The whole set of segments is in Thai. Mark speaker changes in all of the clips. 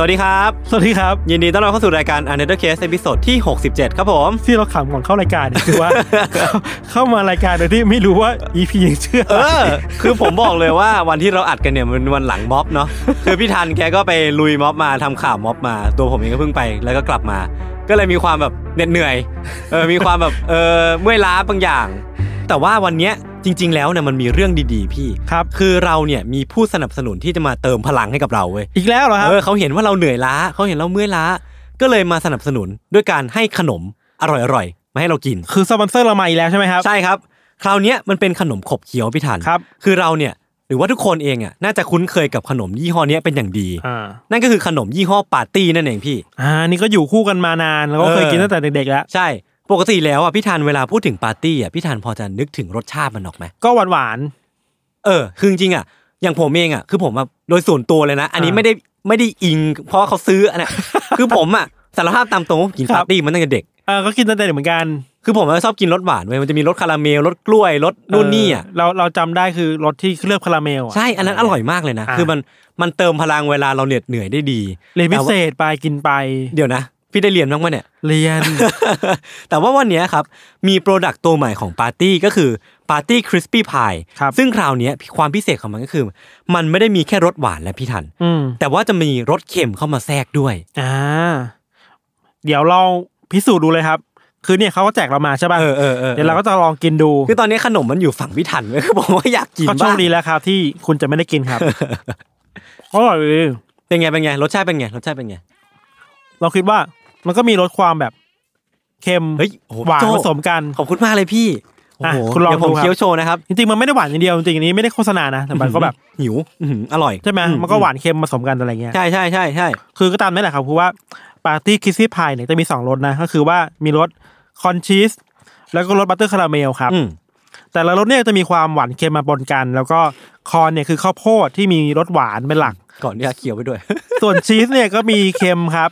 Speaker 1: สวัสดีครับ
Speaker 2: สวัสดีครับ
Speaker 1: ยินดีต้อนรับเข้าสู่รายการ Untitled Case ตอนที่ 67 ครับผม
Speaker 2: ที่เราขำก่อนเข้ารายการเนี่ยคือว่า เข้าเข้ามารายการโดยที่ไม่รู้ว่า EP ยังเชื่อ
Speaker 1: เออ คือผมบอกเลยว่าวันที่เราอัดกันเนี่ยมันวันหลังม็อบเนาะคือพี่ทันแกก็ไปลุยม็อบมาทำข่าวม็อบมา ตัวผมเองก็เพิ่งไปแล้วก็กลับมา ก็เลยมีความแบบเหน็ดเหนื่อยเออมีความแบบเออเมื่อยล้าบางอย่าง แต่ว่าวันเนี้ยจริง ๆ แล้วเนี่ยมันมีเรื่องดีๆ พี่
Speaker 2: ครับ
Speaker 1: คือเราเนี่ยมีผู้สนับสนุนที่จะมาเติมพลังให้กับเราเว้ย
Speaker 2: อีกแล้วเหรอครับ
Speaker 1: เออเขาเห็นว่าเราเหนื่อยล้าเขาเห็นเราเมื่อยล้า ก็เลยมาสนับสนุนด้วยการให้ขนมอร่อยๆมาให้เรากิน
Speaker 2: คือสปอนเซอร์เรามาอีกแล้วใช่ไหมครับ
Speaker 1: ใช่ครับ คราวเนี้ยมันเป็นขนมขบเคี้ยวพี่ทัน
Speaker 2: ครับ
Speaker 1: คือเราเนี่ยหรือว่าทุกคนเองอ่ะน่าจะคุ้นเคยกับขนมยี่ห้อเนี้ยเป็นอย่างดี
Speaker 2: อ่า
Speaker 1: นั่นก็คือขนมยี่ห้อปาร์ตี้นั่นเองพี่
Speaker 2: อ่านี่ก็อยู่คู่กันมานานแล้วก็เคยกินตั้งแต่เด็กๆแล้ว
Speaker 1: ใช่ ปกติแล้วอ่ะพี่ทันเวลาพูดถึงปาร์ตี้อ่ะพี่ทันพอจะนึกถึงรสชาติมันออกไหม
Speaker 2: ก็หวานหวาน
Speaker 1: เออคือจริงๆอ่ะอย่างผมเองอ่ะคือผมอ่ะโดยส่วนตัวเลยนะ อันนี้ไม่ได้ไม่ได้อิง เพราะว่าเขาซื้ออันเนี้ย คือผมอ่ะสารภาพตามตรงว่าผมกินปาร์ตี้มันตั้งแต่เด็ก
Speaker 2: ๆเออก็กินตั้งแต่เด็กเหมือนกัน
Speaker 1: คือผมอะชอบกินรสหวานเว้ยมันจะมีรสคาราเมลรสกล้วยรสนู่นนี่อ่ะ
Speaker 2: เเราเราจำได้คือรสที่เคลือบคาราเมลอะ
Speaker 1: ใช่ อันนั้นอร่อยมากเลยนะ
Speaker 2: อ่า
Speaker 1: คือมันมันเติมพลังเวลาเราเหน็ดเหนื่อยได้ดี
Speaker 2: เรียนพิ
Speaker 1: แต่ว่า
Speaker 2: เศษไปกินไป
Speaker 1: เดี๋ยวนะ พี่ได้เรียนบ้างไหมเนี่ย
Speaker 2: เรีย น
Speaker 1: แต่ว่าวันเนี้ยครับ มีโปรดักต์ตัวใหม่ของปาร์ตี้ก็คือปาร์ตี้คริสปี้พาย
Speaker 2: ครับ
Speaker 1: ซึ่งคราวเนี้ยความพิเศษของมันก็คือ มันไม่ได้มีแค่รสหวานและพี่ทัน
Speaker 2: อืม
Speaker 1: แต่ว่าจะมีรสเค็มเข้ามาแทรกด้วย
Speaker 2: อ่าเดี๋ยวเราพิสูจน์ดูเลยครับ คือเนี่ยเขาก็แจกเรามาใช่ป่ะ
Speaker 1: เออเออเออ
Speaker 2: เดี๋ยวเราก็จะลองกินดู
Speaker 1: คือตอนนี้ขนมมันอยู่ฝั่งพี่ทัน เลยคือผมว่าอยากกิน
Speaker 2: ก็โช
Speaker 1: บ้า
Speaker 2: ค
Speaker 1: ง
Speaker 2: ดีแล้วครับที่คุณจะไม่ได้กิน ครับอร่อยเลย
Speaker 1: เป็นไงเป็นไงรสชาติเป็นไงรสชาติเป็นไง
Speaker 2: เราคิดว่ามันก็มีรสความแบบเค็ม
Speaker 1: เฮ้ยโอ้โห
Speaker 2: หวาน
Speaker 1: โจ้
Speaker 2: ผสมกัน
Speaker 1: ขอบคุณมากเลยพี่โอ้โห
Speaker 2: อ่ะคุณลอง
Speaker 1: เดี๋ยวผม
Speaker 2: ดูครับ
Speaker 1: เคี้ยวโชว์นะครับ
Speaker 2: จริงๆมันไม่ได้หวานอย่างเดียวจริงๆอันนี้ไม่ได้โฆษณานะแต่มันก็แบบ
Speaker 1: หิวอื้อหืออร่อย
Speaker 2: ใช่ไหม
Speaker 1: อื
Speaker 2: มันก็หวานเค็มผสมกันอะไรเงี้ย
Speaker 1: ใช่ใช่ใช่ใช่
Speaker 2: คือก็ตามนั่นแหละครับเพราะว่าปาร์ตี้คิสซี่พายเนี่ยจะมีสองรสนะก็คือว่ามีรสคอนชีสแล้วก็รสบัตเตอร์คาราเมลครับ
Speaker 1: อืม
Speaker 2: แต่ละรสเนี่ยจะมีความหวานเค็มมาปนกัน แล้วก็คอนเนี่ยคือข้าวโพดที่มีรสหวานเป็น หลัก
Speaker 1: ก่อนที่จะเคี้ยวไปด้วย
Speaker 2: ส่วนชีสเนี่ยก็มีเค็มครับ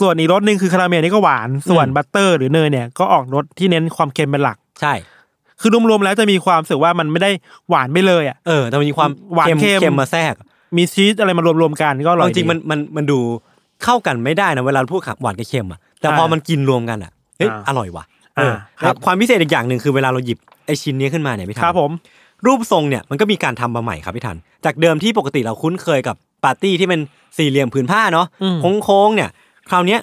Speaker 2: ส่วนอีกรสหนึ่งคือคาราเมลนี่ก็หวาน ส่วน
Speaker 1: อืม
Speaker 2: บัตเตอร์หรือเนยเนี่ยก็ออกรสที่เน้นความเค็มเป็นหลัก
Speaker 1: ใช่
Speaker 2: คือรวมๆแล้วจะมีความรู้สึกว่ามันไม่ได้หวานไปเลยอ่ะ
Speaker 1: เออแต่มันมีความ
Speaker 2: หวานเค็ม
Speaker 1: เค็มมาแทรก
Speaker 2: มีชีสอะไรมารวมๆกันก็อร่
Speaker 1: เอา
Speaker 2: อย
Speaker 1: จริงๆมัน
Speaker 2: ดี
Speaker 1: มันมันดูเข้ากันไม่ได้นะเวลาพูดขับหวานกับเค็มอ่ะแต่พอ
Speaker 2: อ่ามั
Speaker 1: มันกินรวมกันอ่ะเฮ้ย
Speaker 2: อ่า
Speaker 1: อร่อยว่ะ
Speaker 2: อ่า
Speaker 1: เออ
Speaker 2: ครับ
Speaker 1: แล้วความพิเศษอีกอย่างหนึ่งคือเวลาเราหยิบไอชิ้นนี้ขึ้นมาเนี่ยพี่ทั
Speaker 2: ครับผม
Speaker 1: รูปทรงเนี่ยมันก็มีการทำมาใหม่ครับพี่ทัน จากเดิมที่ปกติเราคุ้นเคยกับปาร์ตี้ที่เป็นสี่เหลี่ยมผืนผ้าเนาะ
Speaker 2: อืม
Speaker 1: โค้งๆเนี่ย คราวเนี้ย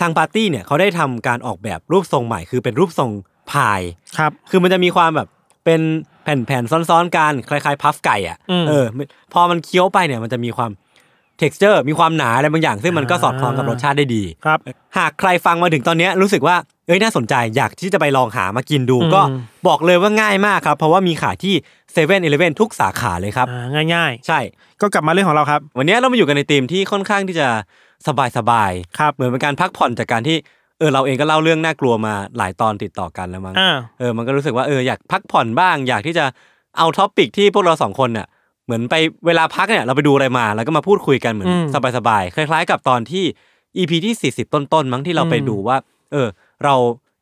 Speaker 1: ทางปาร์ตี้เนี่ยเขาได้ทำการออกแบบรูปทรงใหม่ คือเป็นรูปทรงพาย
Speaker 2: ครับ
Speaker 1: คือมันจะมีความแบบเป็นแผ่นๆซ้อนๆกันคล้ายๆพัฟไก่อ่ะ
Speaker 2: อืม
Speaker 1: เออพอมันเคี้ยวไปเนี่ยมันจะมีความ t e x t อร์มีความหนาอะไรบางอย่าง ซึ่งมันก็
Speaker 2: อ่า
Speaker 1: สอดคล้องกับรสชาติได้ดี
Speaker 2: ครับ
Speaker 1: หากใครฟังมาถึงตอนเนี้ยรู้สึกว่าเอ้ยน่าสนใจอยากที่จะไปลองหามากินดู
Speaker 2: อืม
Speaker 1: ก็บอกเลยว่าง่ายมากครับ เพราะว่ามีขายที่7 e เ e ่ e อทุกสาขาเลยครับ
Speaker 2: อ่าง่าย
Speaker 1: ใช่
Speaker 2: ๆ ก็กลับมาเรื่องของเราครับ
Speaker 1: วันเนี้ยเรามาอยู่กันในธีมที่ค่อนข้างที่จะสบายๆ
Speaker 2: ครับ
Speaker 1: เหมือนเป็นการพักผ่อนจากการที่เออเราเองก็เล่าเรื่องน่ากลัวมาหลายตอนติดต่อกันแล้วมั้ง
Speaker 2: อ่า
Speaker 1: เออ มันก็รู้สึกว่าเอออยากพักผ่อนบ้าง อยากที่จะเอาท็อปิกที่พวกเราสองคนน่ะ เหมือนไปเวลาพักเนี่ยเราไปดูอะไรมา แล้วก็มาพูดคุยกันเหมือน
Speaker 2: อืม
Speaker 1: สบายๆ คล้ายๆ กับตอนที่ EP ที่ 40 ต้นๆ มั้งที่เราไป
Speaker 2: อืม
Speaker 1: ดูว่า เออ เรา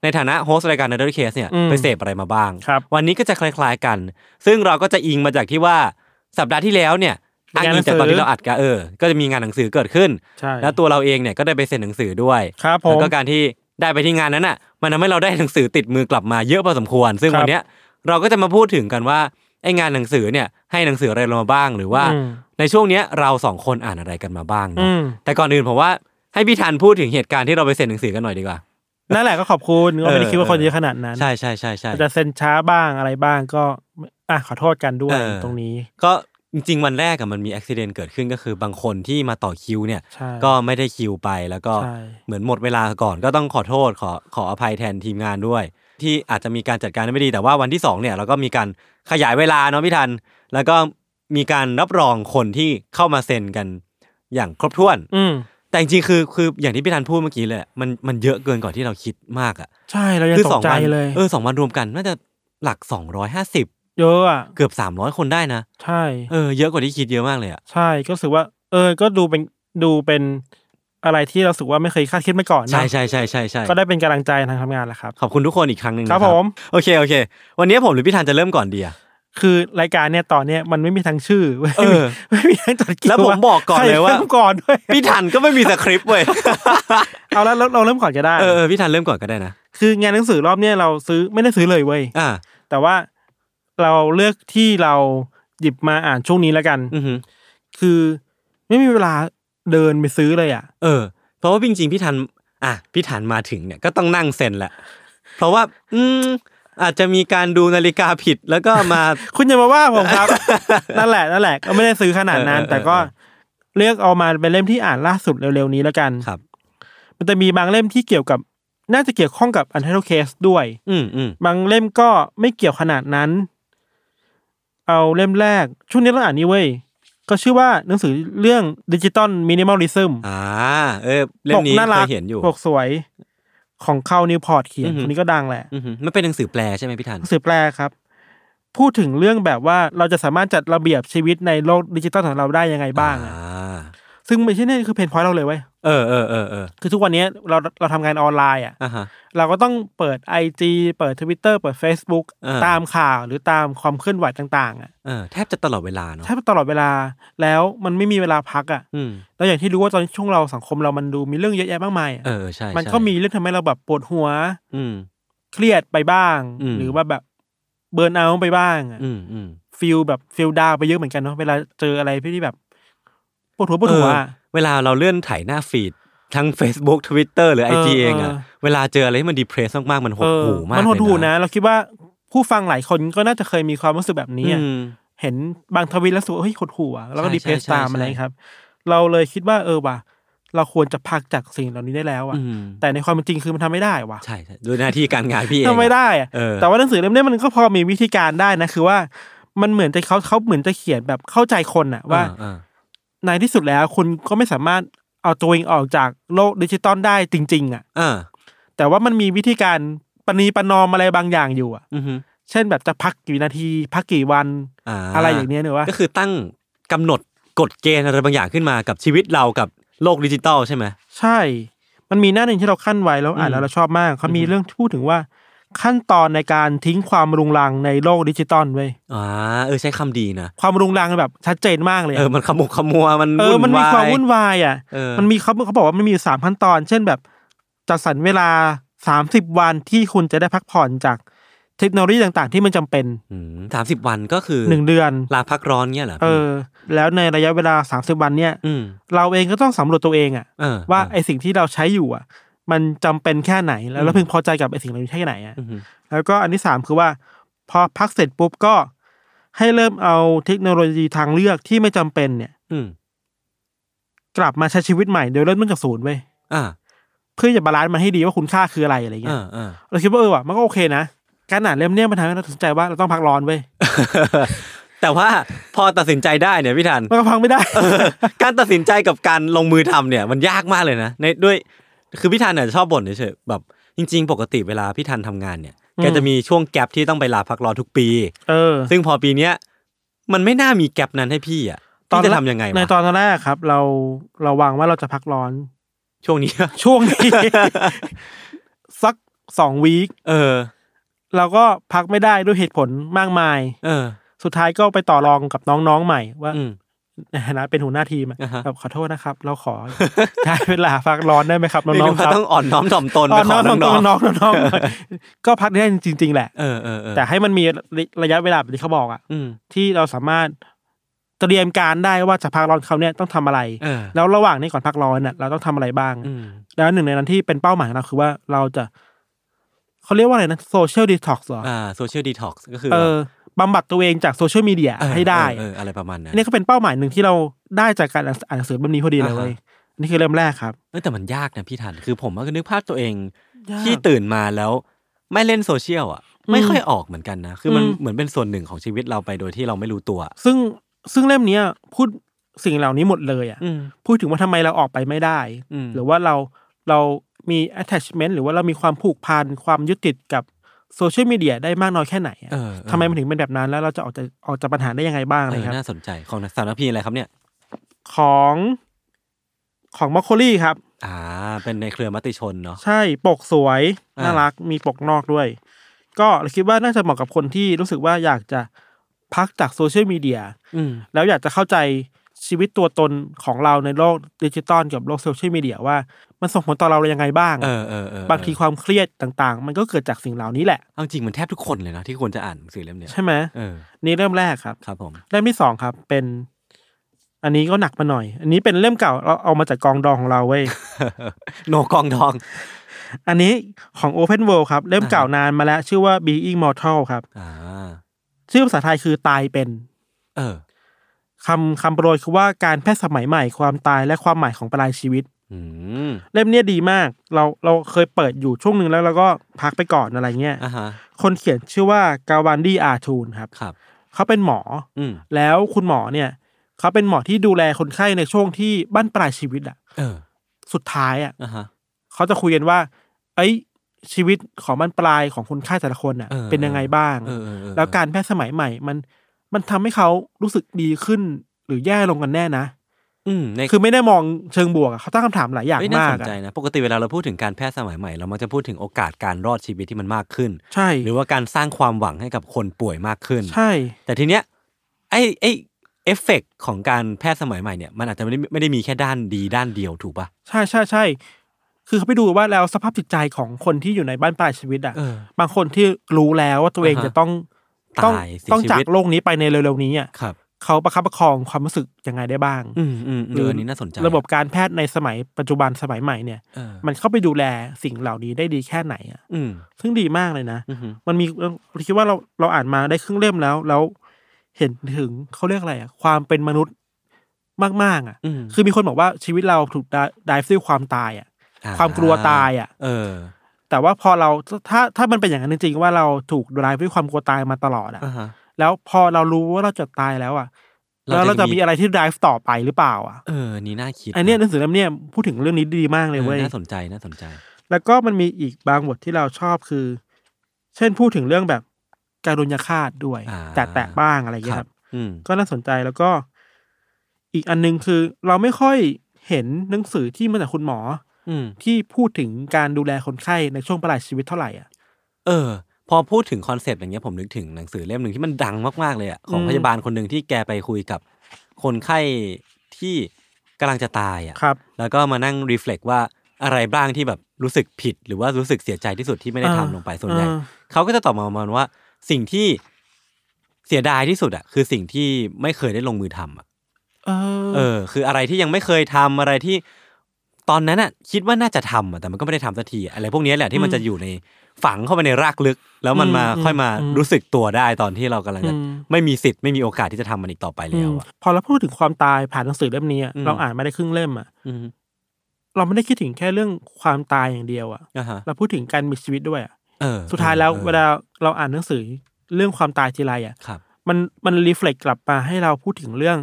Speaker 1: ในฐานะโฮสต์รายการ n o t h e r Case เนี่ย
Speaker 2: อืม
Speaker 1: ไปเสพอะไรมาบ้าง
Speaker 2: ครับ
Speaker 1: วันนี้ก็จะคล้ายๆกัน ซึ่งเราก็จะอิงมาจากที่ว่าสัปดาห์ที่แล้วเนี่ยอ้างอิงจากตอนที่เราอัดกันเออ ก็จะมีงานหนังสือเกิดขึ้น
Speaker 2: ใช่
Speaker 1: แล้วตัวเราเองเนี่ยก็ได้ไปเซ็นหนังสือด้วย
Speaker 2: ครับผ
Speaker 1: แล้ว
Speaker 2: ม
Speaker 1: ก็การที่ได้ไปที่งานนั้นน่ะ มันทำให้เราได้หนังสือติดมือกลับมาเยอะพอสมควร ซึ่ง
Speaker 2: ครับ
Speaker 1: วันเนี้ยเราก็จะมาพูดถึงกันว่าไองานหนังสือเนี่ยให้หนังสืออะไรเรามาบ้าง หรือว่า
Speaker 2: อืม
Speaker 1: ในช่วงเนี้ยเราสองคนอ่านอะไรกันมาบ้างเน
Speaker 2: อื
Speaker 1: อะ
Speaker 2: ม
Speaker 1: แต่ก่อนอื่นผมว่าให้พี่ทันพูดถึงเหตุการณ์ที่เราไปเซ็นหนังสือกันหน่อยดีกว่า
Speaker 2: นั่นแหละก็ขอบคุณก็ไม่ได้คิดว่า
Speaker 1: เออ
Speaker 2: คนเยอะขนาดนั้น
Speaker 1: ใช่ใช่ใช่ใช่
Speaker 2: จะเซ็นช้าบ้างอะไรบ้างก็อ่ะขอโทษกันด้วย
Speaker 1: เออ
Speaker 2: ตรงนี้
Speaker 1: ก็จริงๆวันแรกอะมันมีอุบิเหตุเกิดขึ้นก็คือบางคนที่มาต่อคิวเนี่ย
Speaker 2: ใช่
Speaker 1: ก็ไม่ได้คิวไปแล้วก็
Speaker 2: ใช่
Speaker 1: เหมือนหมดเวลาก่อนก็ต้องขอโทษขอขออภัยแทนทีมงานด้วย ที่อาจจะมีการจัดการไม่ดีแต่ว่าวันที่สองเนี่ยเราก็มีการขยายเวลาเนาะพี่ทัน แล้วก็มีการรับรองคนที่เข้ามาเซ็นกันอย่างครบถ้วน
Speaker 2: อืม
Speaker 1: แต่จริงๆคือคืออย่างที่พี่ทันพูดเมื่อกี้เลยอะมันมันเยอะเกินกว่าที่เราคิดมากอ่ะ
Speaker 2: ใช่เรายัง
Speaker 1: คื
Speaker 2: ต
Speaker 1: ส
Speaker 2: ก
Speaker 1: อง
Speaker 2: ใจ
Speaker 1: วั
Speaker 2: เลย
Speaker 1: เออสองวันรวมกันน่าจะหลัก 250
Speaker 2: เยอะอ่ะ
Speaker 1: เกือบ 300 คนได้นะ
Speaker 2: ใช่
Speaker 1: เออเยอะกว่าที่คิดเยอะมากเลยอ่ะ
Speaker 2: ใช่ก็รู้สึกว่า เออ ก็ดูเป็นดูเป็นอะไรที่เรารู้สึกว่าไม่เคยคาดคิดมาก่อนนะ
Speaker 1: ใช่ใช่ใช่ใช่ใช่
Speaker 2: ก็ได้เป็นกำลังใจทางทำงานแหละครับ
Speaker 1: ขอบคุณทุกคนอีกครั้งหนึ่ง
Speaker 2: ครับ
Speaker 1: นะ
Speaker 2: ผม
Speaker 1: โอเคโอเค วันนี้ผมหรือพี่ทันจะเริ่มก่อนดีอะ
Speaker 2: คือรายการเนี่ยตอนเนี้ยมันไม่มีทั้งชื่อไม่
Speaker 1: เอ
Speaker 2: มี
Speaker 1: อ
Speaker 2: ไม่มีทั้งจดคิว
Speaker 1: แล้วผมบอกก่อน
Speaker 2: ใคร
Speaker 1: เลยว่า
Speaker 2: เริ่มก่อนด้วย
Speaker 1: พี่ทันก็ไม่มีสคริปต์เว้ย
Speaker 2: เอาแล้วเราเราเริ่มก่อนก็ได้
Speaker 1: เออเออพี่ทันเริ่มก่อนก็ได้นะ
Speaker 2: คืองานหนังสือรอบเนี้ยเราซื้อไม่ได้ซื้อเลยเว้ย
Speaker 1: อ่า
Speaker 2: แต่ว่าเราเลือกที่เราหยิบมาอ่านช่วงนี้แล้วกัน
Speaker 1: อือหือ
Speaker 2: คือไม่มีเวลาเดินไปซื้อเลยอ่ะ
Speaker 1: เออ เพราะว่าจริงๆพี่ทัน อ่ะ พี่ทันมาถึงเนี่ยก็ต้องนั่งเซ็นแหละ เพราะว่า อืม อาจจะมีการดูนาฬิกาผิดแล้วก็มา
Speaker 2: คุณอย่ามาว่าผมครับ นั่นแหละนั่นแหละก็ไม่ได้ซื้อขนาดนั้น
Speaker 1: เออเออเออ
Speaker 2: แต่ก็เลือกเอามาเป็นเล่มที่อ่านล่าสุดเร็วๆนี้แล้วกัน
Speaker 1: ครับ
Speaker 2: มันจะมีบางเล่มที่เกี่ยวกับ น่าจะเกี่ยวข้องกับอันเทอร์เคสด้วย
Speaker 1: อืมอืม
Speaker 2: บางเล่มก็ไม่เกี่ยวขนาดนั้น เอาเล่มแรก ช่วงนี้เราอ่านนี่เว้ย ก็ชื่อว่าหนังสือเรื่องดิจิตอลมินิมอลิซึม
Speaker 1: อ่า เออ เล่มนี้เคยเห็นอยู่
Speaker 2: ปกสวย ของเข้านิวพอร์ตเขียน
Speaker 1: อือหือ
Speaker 2: คนนี้ก็ดังแหละ
Speaker 1: อือหือมันเป็นหนังสือแปลใช่ไหมพี่ทัน
Speaker 2: หนังสือแปลครับ พูดถึงเรื่องแบบว่าเราจะสามารถจัดระเบียบชีวิตในโลกดิจิตอลของเราได้ยังไงบ้างอะ
Speaker 1: อ่า
Speaker 2: ซึ่งไม่ใช่นี่คือเพนพอยต์เราเลยเว้ย
Speaker 1: เออเออเออเออ
Speaker 2: คือทุกวันนี้เราเราทำงานออนไลน์อ่ะ
Speaker 1: อ่าฮะ
Speaker 2: เราก็ต้องเปิด IG เปิด Twitter เปิด Facebook
Speaker 1: เออ
Speaker 2: ตามข่าวหรือตามความเคลื่อนไหวต่างๆอ่ะ
Speaker 1: เออ แทบจะตลอดเวลาเนาะ
Speaker 2: แทบตลอดเวลาแล้วมันไม่มีเวลาพักอะ่ะ
Speaker 1: อืม
Speaker 2: แล้วอย่างที่รู้ว่าตอนช่วงเราสังคมเรามันดูมีเรื่องเยอะแยะมากมายอะ
Speaker 1: เออ ใช่ใช่
Speaker 2: มันก็มีเรื่องทำให้เราแบบปวดหัว
Speaker 1: อืม
Speaker 2: เครียดไปบ้าง
Speaker 1: อืม
Speaker 2: หรือว่าแบบเบิร์นเอาท์ไปบ้างอะ
Speaker 1: อืมอืม
Speaker 2: ฟิลแบบฟิลดาวไปเยอะเหมือนกันเนาะเวลาเจออะไรที่แบบปวดหัวปวดหัวอะ
Speaker 1: เออเวลาเราเลื่อนไถ่ายหน้าฟีดทั้ง Facebook Twitter หรือ
Speaker 2: เออ
Speaker 1: IG เองอะเวลาเจออะไรที่มันดีเพรสมากๆ มันห
Speaker 2: เอ
Speaker 1: ด
Speaker 2: อ
Speaker 1: หูมาก
Speaker 2: มันหดหู
Speaker 1: เลย
Speaker 2: นะ เราคิดว่าผู้ฟังหลายคนก็น่าจะเคยมีความรู้สึกแบบนี้อะ
Speaker 1: อืม
Speaker 2: เห็นบางทวิตแล้วรู้สูเฮ้ยหดหูอะแล้วก็
Speaker 1: ใช่
Speaker 2: ดีเพรส
Speaker 1: ใช่
Speaker 2: ตามอะไร
Speaker 1: ใช่
Speaker 2: ครับ เราเลยคิดว่าเออว่ะเราควรจะพักจากสิ่งเหล่านี้ได้แล้วอ่ะ
Speaker 1: อืม
Speaker 2: แต่ในความเป็นจริงคือมันทำไม่ได้ว่ะ
Speaker 1: ใช่ใช่ด้วยหน้าที่การงานพี่เองอะ
Speaker 2: ทำไม่ได้อะ
Speaker 1: เออ
Speaker 2: แต่ว่าหนังสือเล่มนี้มันก็พอมีวิธีการได้นะ คือว่ามันเหมือนจะเขาเขาเหมือนจะเขียนแบบเข้าใจคนอะว่า
Speaker 1: เออ
Speaker 2: ในที่สุดแล้วคุณก็ไม่สามารถเอาตัวเองออกจากโลกดิจิตอลได้จริง ๆอะ
Speaker 1: เออ
Speaker 2: แต่ว่ามันมีวิธีการปณีประนอมอะไรบางอย่างอยู่อะ
Speaker 1: อือฮึ
Speaker 2: เช่นแบบจะพักกี่นาที พักกี่วัน
Speaker 1: อ่า
Speaker 2: อะไรอย่างเนี้ยเนอะว่า
Speaker 1: ก็คือตั้งกำหนดกฎเกณฑ์อะไรบางอย่างขึ้นมากับชีวิตเรากับโลกดิจิตอลใช่ไหม
Speaker 2: ใช่ มันมีหน้าหนึ่งที่เราขั้นไว้แล้วอ่าน
Speaker 1: อืม
Speaker 2: แล้วเราชอบมากเขามีเรื่องที่พูดถึงว่าขั้นตอนในการทิ้งความรุงรังในโลกดิจิตอลเว้ย
Speaker 1: อ่าเออใช้คำดีนะ
Speaker 2: ความรุงรังแบบชัดเจนมากเลย
Speaker 1: เอ
Speaker 2: อะ
Speaker 1: อมันขมุกขมัวมัน
Speaker 2: เออ มันมีความวุ่น
Speaker 1: วาย
Speaker 2: วายอ่ะ
Speaker 1: เออ
Speaker 2: มันมีเขาเขาบอกว่ามันมีอยู่สามขั้นตอน เช่นแบบจัดสรรเวลาสามสิบวันที่คุณจะได้พักผ่อนจากเทคโนโลยีต่างๆ ที่มันจำเป็น
Speaker 1: อืมสามสิบวันก็คือ
Speaker 2: หนึ่งเดือน
Speaker 1: ลาพักร้อนเงี้ยเหรอ
Speaker 2: เอ
Speaker 1: พี่
Speaker 2: อ แล้วในระยะเวลาสามสิบวันเนี่ย
Speaker 1: อืม
Speaker 2: เราเองก็ต้องสำรวจตัวเองอ่ะ
Speaker 1: เออ
Speaker 2: ว่า
Speaker 1: เอ
Speaker 2: ไอสิ่งที่เราใช้อยู่อ่ะ มันจำเป็นแค่ไหน แล้วเราพึงพอใจกับไอสิ่งเหล่านี้แค่ไหนอ่ะ
Speaker 1: ออือฮึ
Speaker 2: แล้วก็อันที่สามคือว่า พอพักเสร็จปุ๊บก็ให้เริ่มเอาเทคโนโลยีทางเลือกที่ไม่จำเป็นเนี่ย
Speaker 1: อืม
Speaker 2: กลับมาใช้ชีวิตใหม่โดยเริ่มต้นจากศูนย์เว้ย
Speaker 1: อ่า
Speaker 2: เพื่อจะบาลานซ์มันให้ดีว่าคุณค่าคืออะไรอะไรเงี้
Speaker 1: อ่าย อ่า
Speaker 2: เราคิดว่าเออว่ะมันก็โอเคนะ การอ่านเล่มเนี้ยมันทำให้เราตัดสินใจว่าเราต้องพักร้อนเว้ย
Speaker 1: แต่ว่าพอตัดสินใจได้เนี่ยพี่ทัน
Speaker 2: มันก็พังไม่ได้
Speaker 1: การตัดสินใจกับการลงมือทำเนี่ยมันยากมากเลยนะในด้วยคือพี่ทันเนี่ยชอบบ่นเฉยๆแบบจริง ๆ ปกติเวลาพี่ทันทำงานเนี่ย
Speaker 2: อืม
Speaker 1: แกจะมีช่วงแกลบที่ต้องไปลาพักร้อนทุกปี
Speaker 2: เออ
Speaker 1: ซึ่งพอปีเนี้ยมันไม่น่ามีแกลบนั้นให้พี่อ่ะพี่จะทำยังไง
Speaker 2: ใน
Speaker 1: วะ
Speaker 2: ตอนแรกครับ เราเราวางว่าเราจะพักร้อน
Speaker 1: ช่วงนี้
Speaker 2: ช่วงนี้ สักสองวีค
Speaker 1: เออ
Speaker 2: เราก็พักไม่ได้ด้วยเหตุผลมากมาย
Speaker 1: เอ อ
Speaker 2: สุดท้ายก็ไปต่อรองกับน้องๆใหม่ว่า
Speaker 1: อืม
Speaker 2: ในฐานะเป็นหัวหน้าทีมอะ
Speaker 1: อ่าฮะ
Speaker 2: แบบขอโทษนะครับ เราขอ ได้เวลาพักร้อนได้ไหมครับน้
Speaker 1: เรียก
Speaker 2: อ ง
Speaker 1: ได้
Speaker 2: ๆค
Speaker 1: ว่า
Speaker 2: รับ
Speaker 1: ต้องอ่อนน้อมถ่อมตน
Speaker 2: อ๋
Speaker 1: ไป
Speaker 2: อ
Speaker 1: ข
Speaker 2: น้
Speaker 1: อ
Speaker 2: อง
Speaker 1: น้
Speaker 2: น้
Speaker 1: อ
Speaker 2: อง ง
Speaker 1: ๆ
Speaker 2: น้องๆน้องๆก็ พักได้จริง ๆ แหละ
Speaker 1: เออเออเออ
Speaker 2: แต่ให้มันมีระยะเวลาแบบที่เขาบอกอะ
Speaker 1: อืม
Speaker 2: ที่เราสามารถ เตรียมการได้ว่าจะพักร้อนเขาเนี่ยต้องทำอะไร
Speaker 1: เออ
Speaker 2: แล้วระหว่างนี้ก่อนพักร้อนน่ะเราต้องทำอะไรบ้าง
Speaker 1: อืม
Speaker 2: แล้วหนึ่งในนั้นที่เป็นเป้าหมายของเราคือว่าเราจะเขาเรียกว่าอะไรนะโซเชียลดีท็อกซ์เหรอ
Speaker 1: อ่าโซเชียลดีท็อกซ์ก็คือ
Speaker 2: เออบำบัดตัวเองจากโซเชียลมีเดีย
Speaker 1: เออ
Speaker 2: ให้ได้
Speaker 1: เออเอออะไรประมาณนั้น
Speaker 2: นี่ก็เป็นเป้าหมายหนึ่งที่เราได้จากการอ่านหนังสือเล่มนี้พอดีเลย
Speaker 1: อ่าฮะ
Speaker 2: เว้ยอันนี่คือเล่มแรกครับ
Speaker 1: เออแต่มันยากนะพี่ทัน คือผมก็นึกภาพตัวเองที่ตื่นมาแล้ว ไม่เล่นโซเชียลอ่ะ ไม่ค่อยออกเหมือนกันนะ คือมัน
Speaker 2: อืม
Speaker 1: เหมือนเป็นส่วนหนึ่งของชีวิตเราไปโดยที่เราไม่รู้ตัว
Speaker 2: ซึ่งซึ่งเล่มเนี้ยพูดสิ่งเหล่านี้หมดเลยอ่ะ
Speaker 1: อืม
Speaker 2: พูดถึงว่าทำไมเราออกไปไม่ได้
Speaker 1: อืม
Speaker 2: หรือว่าเราเรามี attachment หรือว่าเรามีความผูกพันความยึดติดกับโซเชียลมีเดียได้มากน้อยแค่ไหนอะ
Speaker 1: เออ
Speaker 2: ทำไมมันถึงเป็นแบบนั้นแล้วเราจะออกจากออกจากปัญหาได้ยังไงบ้าง
Speaker 1: เอ
Speaker 2: นะ
Speaker 1: อ
Speaker 2: ครับ
Speaker 1: น่าสนใจของสารพีอะไรครับเนี่ย
Speaker 2: ของของมอคโคลี่ครับ
Speaker 1: อ่า เป็นในเครือมติชนเนาะ
Speaker 2: ใช่ปกสวย
Speaker 1: อ่า
Speaker 2: น่ารักมีปกนอกด้วย ก็เราคิดว่าน่าจะเหมาะกับคนที่รู้สึกว่าอยากจะพักจากโซเชียลมีเดีย
Speaker 1: อืม
Speaker 2: แล้วอยากจะเข้าใจชีวิตตัวตนของเราในโลกดิจิตอลกับโลกโซเชียลมีเดียว่ามันส่งผลต่อเรายังไงบ้าง
Speaker 1: เออเออเออบ
Speaker 2: างทีความเครียดต่างๆ มันก็เกิดจากสิ่งเหล่านี้แหละ
Speaker 1: เอาจริงมันแทบทุกคนเลยนะที่ควรจะอ่านหนังสือเล่มเนี้ย
Speaker 2: ใช่ไหม
Speaker 1: เออ
Speaker 2: นี่เริ่มแรกครับ
Speaker 1: ครับผม
Speaker 2: เล่มที่สองครับ เป็น อันนี้ก็หนักมาหน่อย อันนี้เป็นเล่มเก่าเราเอามาจากกองดองของเราเว้ย
Speaker 1: โนกองทอง
Speaker 2: อันนี้ของ Open World ครับ เล่ม
Speaker 1: อ่า
Speaker 2: เก่านานมาแล้ว ชื่อว่า Being Mortal ครับ
Speaker 1: อ่า
Speaker 2: ชื่อภาษาไทยคือตายเป็น
Speaker 1: เออ
Speaker 2: คำคำโปรยคือว่าการแพทย์สมัยใหม่ความตายและความหมายของปลายชีวิต
Speaker 1: อืม
Speaker 2: เล่มเนี้ยดีมาก เราเราเคยเปิดอยู่ช่วงหนึ่งแล้วเราก็พักไปก่อนอะไรเงี้ย
Speaker 1: อ่าฮะ
Speaker 2: คนเขียนชื่อว่ากาวันดีอาทูนครับ
Speaker 1: ครับ
Speaker 2: เขาเป็นหมอ
Speaker 1: อืม
Speaker 2: แล้วคุณหมอเนี่ยเขาเป็นหมอที่ดูแลคนไข้ในช่วงที่บั้นปลายชีวิตอะ
Speaker 1: เออ
Speaker 2: สุดท้ายอะ
Speaker 1: อ่าฮะ
Speaker 2: เขาจะคุยกันว่า เอ้ยชีวิตของบั้นปลายของคนไข้แต่ละคนอะ
Speaker 1: เออ
Speaker 2: เป็นยังไงบ้าง
Speaker 1: เออเออเออ
Speaker 2: แล้วการแพทย์สมัยใหม่ มันมันทำให้เขารู้สึกดีขึ้นหรือแย่ลงกันแน่นะ
Speaker 1: อืมใน
Speaker 2: คือไม่ได้มองเชิงบวกอะเขาตั้งคำถามหลายอย่าง
Speaker 1: เฮ้ยน่าม
Speaker 2: า
Speaker 1: ส
Speaker 2: ก
Speaker 1: น
Speaker 2: อะ
Speaker 1: ใจนะ ปกติเวลาเราพูดถึงการแพทย์สมัยใหม่ เรามักจะพูดถึงโอกาสการรอดชีวิตที่มันมากขึ้น
Speaker 2: ใช่
Speaker 1: หรือว่าการสร้างความหวังให้กับคนป่วยมากขึ้น
Speaker 2: ใช่
Speaker 1: แต่ทีเนี้ยไอ้ไอ้เอฟเฟกต์ของการแพทย์สมัยใหม่เนี่ยมันอาจจะไม่ได้ไม่ได้มีแค่ด้านดีด้านเดียวถูกปะ
Speaker 2: ใช่ใช่ใช่ คือเขาไปดูว่าแล้วสภาพจิตใจของคนที่อยู่ในบ้านปลายชีวิตอะ
Speaker 1: เออ
Speaker 2: บางคนที่รู้แล้วว่าตัวเอง
Speaker 1: อ่าฮะ
Speaker 2: จะต้อง
Speaker 1: ตาย
Speaker 2: ต้อง
Speaker 1: เสียชีวิต
Speaker 2: ต้องจากโลกนี้ไปในเร็วๆนี้อะ
Speaker 1: ครับ
Speaker 2: เขาประคับประคองความรู้สึกยังไงได้บ้าง
Speaker 1: อืมอืมอืมเอออันนี้น่าสนใจ
Speaker 2: ระบบการแพทย์ในสมัยปัจจุบันสมัยใหม่เนี่ย
Speaker 1: เออ
Speaker 2: มันเข้าไปดูแลสิ่งเหล่านี้ได้ดีแค่ไหนอะ
Speaker 1: อืม
Speaker 2: ซึ่งดีมากเลยนะ
Speaker 1: อืม
Speaker 2: มันมีเราคิดว่าเราเราอ่านมาได้ครึ่งเล่มแล้ว แล้วเห็นถึงเขาเรียกอะไรอะความเป็นมนุษย์มากๆอะ
Speaker 1: อืม
Speaker 2: คือมีคนบอกว่าชีวิตเราถูกดาดายด้วยความตายอะ
Speaker 1: อ่
Speaker 2: ความกลัวตายอะ
Speaker 1: เออ
Speaker 2: แต่ว่าพอเราถ้าถ้ามันเป็นอย่างนั้นจริงๆว่าเราถูกดายด้วยความกลัวตายมาตลอดอะ
Speaker 1: อ่าฮะ
Speaker 2: แล้วพอเรารู้ว่าเราจะตายแล้วอะ
Speaker 1: เรา
Speaker 2: แล้วเราจะ
Speaker 1: จะมี
Speaker 2: มีอะไรที่ดายต่อไปหรือเปล่าอะ
Speaker 1: เออนี่น่าคิด
Speaker 2: ไอันนี้หนังสือเล่มเนี้ยพูดถึงเรื่องนี้ดีมากเลยเว้
Speaker 1: อย อน่าสนใจน่าสนใจ
Speaker 2: แล้วก็มันมีอีกบางบทที่เราชอบคือ เช่นพูดถึงเรื่องแบบการุญยฆาตด้วย
Speaker 1: อ่า
Speaker 2: แต่แตะบ้างอะไรอย่างเงี้ยครับ
Speaker 1: อืม
Speaker 2: ก็น่าสนใจแล้วก็ อีกอันนึงคือ เราไม่ค่อยเห็นหนังสือที่มาจากคุณหมอ
Speaker 1: อืม
Speaker 2: ที่พูดถึงการดูแลคนไข้ในช่วงปลายชีวิตเท่าไหร่อ่ะ
Speaker 1: เออ พอพูดถึงคอนเซปต์อย่างเงี้ยผมนึกถึงหนังสือเล่มหนึ่งที่มันดังมากๆเลยอ่ะของ
Speaker 2: อืม
Speaker 1: พยาบาลคนหนึ่งที่แกไปคุยกับคนไข้ที่กำลังจะตายอ่ะ
Speaker 2: ครับ
Speaker 1: แล้วก็มานั่งรีเฟล็กว่าอะไรบ้างที่แบบรู้สึกผิด หรือว่ารู้สึกเสียใจที่สุดที่ไม่ได้ทำ
Speaker 2: อ่า
Speaker 1: ลงไปส่วนใหญ่
Speaker 2: อ่า
Speaker 1: เขาก็จะตอบมาประมาณว่าสิ่งที่เสียดายที่สุดอ่ะคือสิ่งที่ไม่เคยได้ลงมือทำอ่ะ
Speaker 2: เออ
Speaker 1: เออคืออะไรที่ยังไม่เคยทำอะไรที่ตอนนั้นน่ะคิดว่าน่าจะทำอะแต่มันก็ไม่ได้ทำสักทีอะอะไรพวกเนี้ยแหละที่มัน
Speaker 2: อืม
Speaker 1: จะอยู่ในฝังเข้าไปในรากลึก แล้วมันมา
Speaker 2: อืม
Speaker 1: ค่อยมา
Speaker 2: อืม
Speaker 1: รู้สึกตัวได้ตอนที่เรากำลังจะ
Speaker 2: อืม
Speaker 1: ไม่มีสิทธิ์ไม่มีโอกาสที่จะทำมันอีกต่อไป
Speaker 2: อื
Speaker 1: แล้ว
Speaker 2: ม
Speaker 1: อะ
Speaker 2: พอเราพูดถึงความตายผ่านหนังสือเล่มนี้อะ
Speaker 1: อืม
Speaker 2: เราอ่านมาได้ครึ่งเล่มอ่ะ
Speaker 1: อืม
Speaker 2: เราไม่ได้คิดถึงแค่เรื่องความตายอย่างเดียวอ่ะ
Speaker 1: อ่าฮะ
Speaker 2: เราพูดถึงการมีชีวิตด้วยอะ
Speaker 1: เออ
Speaker 2: สุดท้ายแล้ว
Speaker 1: ออ
Speaker 2: เวลาเราอ่านหนังสือเรื่องความตายทีไรอ่ะ
Speaker 1: ครับ
Speaker 2: มันมันรีเฟล็กกลับมาให้เราพูดถึงเรื่อง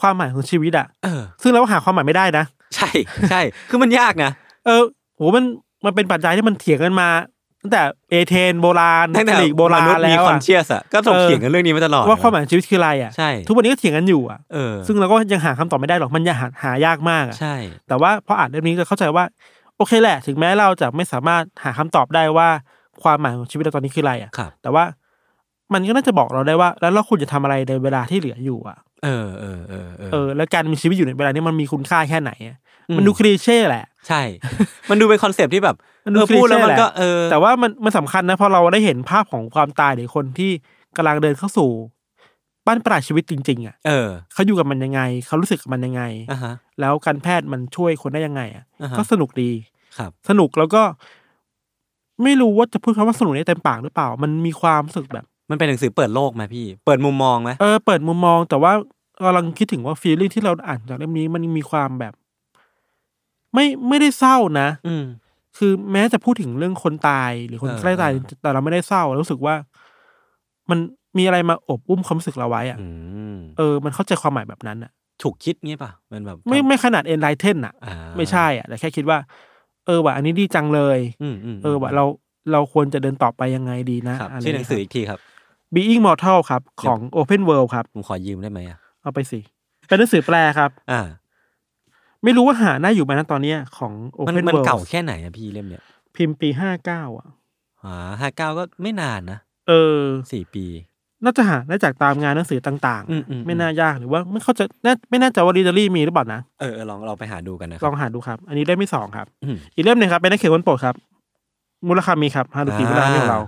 Speaker 2: ความหมายของชีวิตอะ
Speaker 1: เออ
Speaker 2: ซึ่งเราหาความหมายไม่ได้นะ
Speaker 1: ใช่ ใช่ คือมันยาก นะ
Speaker 2: เออโหมันมันเป็นปัจจัยที่มันเถียงกันมาตั้งแต่เอเธนโบราณ
Speaker 1: ตั้งแต่
Speaker 2: กรีกโบรามณ
Speaker 1: นุษย์มี
Speaker 2: แล้ว
Speaker 1: คอน
Speaker 2: อะ
Speaker 1: เชียสอะก็ถก
Speaker 2: เออ
Speaker 1: เถียงกันเรื่องนี้มาตลอด
Speaker 2: ว่าความห
Speaker 1: นะ
Speaker 2: มายของชีวิตคืออะไรอะ
Speaker 1: ใช่
Speaker 2: ทุกวันนี้ก็เถียงกันอยู่อะ
Speaker 1: เออ
Speaker 2: ซึ่งเราก็ยังหาคำตอบไม่ได้หรอกมันยากหาหายากมากอะ
Speaker 1: ใช่
Speaker 2: แต่ว่าพออ่านเรื่องนี้ก็เข้าใจว่า โอเคแหละ ถึงแม้เราจะไม่สามารถหาคำตอบได้ว่าความหมายของชีวิตเราตอนนี้คืออะไรอะ
Speaker 1: ครับ
Speaker 2: แต่ว่ามันก็น่าจะบอกเราได้ว่า แล้วเราควรจะทำอะไรในเวลาที่เหลืออยู่อะ
Speaker 1: เออเออเออเออ
Speaker 2: เออแล้วการมีชีวิตอยู่ในเวลานี้มันมีคุณค่าแค่ไหนอะ
Speaker 1: อื
Speaker 2: มันดูคลีเช่แหละ
Speaker 1: ใช่ มันดูเป็นคอนเซปต์ที่แบบ
Speaker 2: มัน
Speaker 1: เอ
Speaker 2: ดู
Speaker 1: อพูดแล้วมัน
Speaker 2: คลีเช่แหละ
Speaker 1: ก็เออ
Speaker 2: แต่ว่ามันมันสำคัญนะเพอเราได้เห็นภาพของความตายหรือคนที่กำลังเดินเข้าสู่ บ้านปลายชีวิตจริงๆอ่ะ
Speaker 1: เออ
Speaker 2: เขาอยู่กับมันยังไงเขารู้สึกกับมันยังไง
Speaker 1: อ่ะฮะ
Speaker 2: แล้วการแพทย์มันช่วยคนได้ยังไงอ่ะ
Speaker 1: อ่าฮะ
Speaker 2: ก็สนุกดี
Speaker 1: ครับ
Speaker 2: สนุกแล้วก็ ไม่รู้ว่าจะพูดคำว่าสนุกได้เต็มปากหรือเปล่า มันมีความรู้สึกแบบ
Speaker 1: มันเป็นหนังสือเปิดโลกไหมพี่ เปิดมุมมองไหม
Speaker 2: เออเปิดมุมมอง แต่ว่ากำลังคิดถึงว่าฟีลลิ่งที่เราอ่านจากเล่มนี้มันมีความแบบ ไม่ไม่ได้เศร้านะ
Speaker 1: อืม
Speaker 2: คือแม้จะพูดถึงเรื่องคนตายหรือคน
Speaker 1: เออ
Speaker 2: ใกล้ตาย
Speaker 1: เออ
Speaker 2: แต่เราไม่ได้เศร้าเรารู้สึกว่า มันมีอะไรมาอบอุ้มความรู้สึกเราไว้อะ
Speaker 1: อืม
Speaker 2: เออมันเข้าใจความหมายแบบนั้นอ่ะ
Speaker 1: ถูกคิดงี้ป่ะมันแบบ
Speaker 2: ไม่ไม่ขนาดเอ็นไลเทนอ่ะ
Speaker 1: อ่า
Speaker 2: ไม่ใช่อ่ะแต่แค่คิดว่า เออว่ะอันนี้ดีจังเลย
Speaker 1: อืมอืม
Speaker 2: เออว่ะเราเราควรจะเดินต่อไปยังไงดีนะครับ อะไร
Speaker 1: ชื่อหนังสืออีกทีครับ
Speaker 2: เงี้ยครับ Being Mortal ครับ ของ Open World ครับ
Speaker 1: ผมขอยืมได้ไหมอ่ะ
Speaker 2: เอาไปสิ เป็นหนังสือแปลครับ
Speaker 1: อ่า
Speaker 2: ไม่รู้ว่าหาหน้าอยู่ไหมนะตอนเนี้ยของ
Speaker 1: มัน
Speaker 2: Open
Speaker 1: มัน
Speaker 2: World
Speaker 1: เก่าแค่ไหนอะพี่เล่มเนี้ย
Speaker 2: พิมพ์ปีห้าเก้าอ่ะ
Speaker 1: อ่าห้าเก้าก็ไม่นานนะ
Speaker 2: เออ
Speaker 1: สี่ปี
Speaker 2: น่าจะหาได้จากตามงานหนังสือต่าง
Speaker 1: อืมอืม
Speaker 2: ไม่น่ายากหรือว่าไม่เข้าใจน่าไม่น่าจะว่ารีดอรี่มีหรือเปล่านะ
Speaker 1: เออเออลองเราไปหาดูกันนะค
Speaker 2: ล
Speaker 1: รั
Speaker 2: อบ งหาดูครับ อันนี้เล่มที่สองครับ
Speaker 1: อืม
Speaker 2: อีกเล่มหนึ่งครับเป็นนักเขียนคนโปรดครับ มูลคามีครับฮารุกิ
Speaker 1: อ่า
Speaker 2: มุรามิของเรา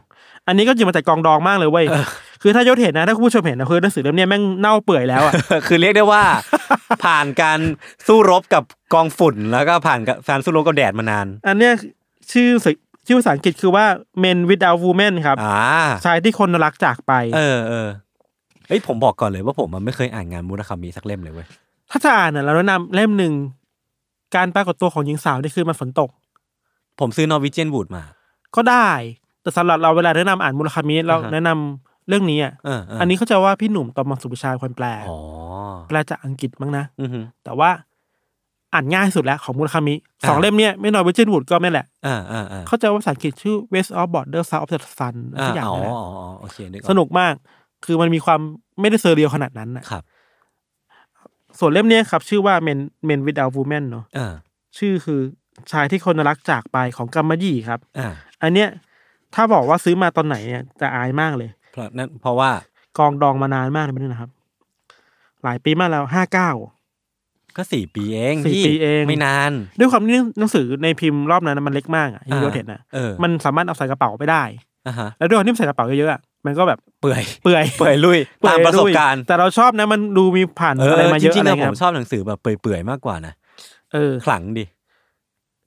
Speaker 2: อันนี้ก็หยิบมาจากกองดองมากเลยเว้ย คือถ้ายศเห็นนะ ถ้าคุณผู้ชมเห็นนะคือหนังสือเล่มเนี้ยแม่งเน่าเปื่อยแล้วอ่ะ
Speaker 1: คือเรียกได้ว่า ผ่านการสู้รบกับกองฝุ่น แล้วก็ผ่านกับการสู้รบกับแดดมานาน
Speaker 2: อันเนี้ยชื่อสชื่อภาษาอังกฤษคือว่า men without women ครับ
Speaker 1: อ่า
Speaker 2: ชายที่คนรักจากไป
Speaker 1: เออเออเฮ้ยผมบอกก่อนเลยว่าผมมันไม่เคยอ่านงานมุราคามิสักเล่มเลยเว้ย
Speaker 2: ถ้าจะอ่านน่ะเราแนะนำเล่มหนึ่งการปรากฏตัวของหญิงสาวในคืนมันฝนตก
Speaker 1: ผมซื้อนอร์วิเจียนวูดมา
Speaker 2: ก็ได้ แต่สำหรับเราเวลาแนะนำอ่านมูลคามิเรา
Speaker 1: อ่าฮะ
Speaker 2: แนะนำเรื่องนี้อ่ะ
Speaker 1: เออเ
Speaker 2: อันนี้เขาใจะว่าพี่หนุ่มตอมสุภาชายคนแปล
Speaker 1: อ๋อ
Speaker 2: แปลจากอังกฤษมั้งนะ
Speaker 1: อือฮึ
Speaker 2: แต่ว่าอ่านง่ายสุดแล้วของมูลคามิสอง
Speaker 1: อ่า
Speaker 2: เล่มเนี้ยไม่น้อยเวจินวูดก็แม่นแหละ
Speaker 1: อ่าอ่าอ่า
Speaker 2: เข้าใจว่าภาษาอังกฤษชื่อ West of Border South of the Sun อะไรสักอย่าง
Speaker 1: อ๋อ
Speaker 2: นั่นแหละ
Speaker 1: อ๋ออ๋อโอเคนึกออ
Speaker 2: สนุกมาก คือมันมีความไม่ได้เซอร์เรียลขนาดนั้นนะครับ ส่วนเล่มเนี้ยครับ ชื่อว่า Men Men Without Women เนอะ
Speaker 1: อ่า
Speaker 2: ชื่อคือชายที่คนรักจากไปของกัมมายี่ครับ
Speaker 1: อ่า
Speaker 2: อันเนี้ยถ้าบอกว่าซื้อมาตอนไหนเนี่ยจะอายมากเลย
Speaker 1: เพราะนั่นเพราะว่าก
Speaker 2: องดองมานานมากเลยนี่นะครับ หลายปีมากแล้วห้าเก้า
Speaker 1: ก็สี่ปีเอง
Speaker 2: สี่
Speaker 1: พี่
Speaker 2: ปีเอง
Speaker 1: ไม่นาน
Speaker 2: ด้วยความที่หนังสือในพิมพ์รอบนั้นนะมันเล็กมากอ่ะที่ยศเห็นนะ
Speaker 1: เออ
Speaker 2: มันสามารถเอาใส่กระเป๋าไปได้
Speaker 1: อ่าฮะ
Speaker 2: แล้วด้วยความที่มันใส่กระเป๋าเยอะๆอะมันก็แบบ
Speaker 1: เปื่อย
Speaker 2: เปื่อย
Speaker 1: เปื่อยลุย
Speaker 2: เปื่
Speaker 1: ตายมประสบ
Speaker 2: ด้วย
Speaker 1: การณ์
Speaker 2: แต่เราชอบนะ มันดูมีผ่าน
Speaker 1: เอ
Speaker 2: อะไร
Speaker 1: อ
Speaker 2: มา
Speaker 1: จ
Speaker 2: เยอะ
Speaker 1: ริง
Speaker 2: อะ
Speaker 1: ๆ
Speaker 2: ไร
Speaker 1: นะผ
Speaker 2: เงี้
Speaker 1: ม
Speaker 2: ย
Speaker 1: ชอบหนังสือแบบเปื่อยๆมากกว่านะ
Speaker 2: เออ
Speaker 1: ขลังดิ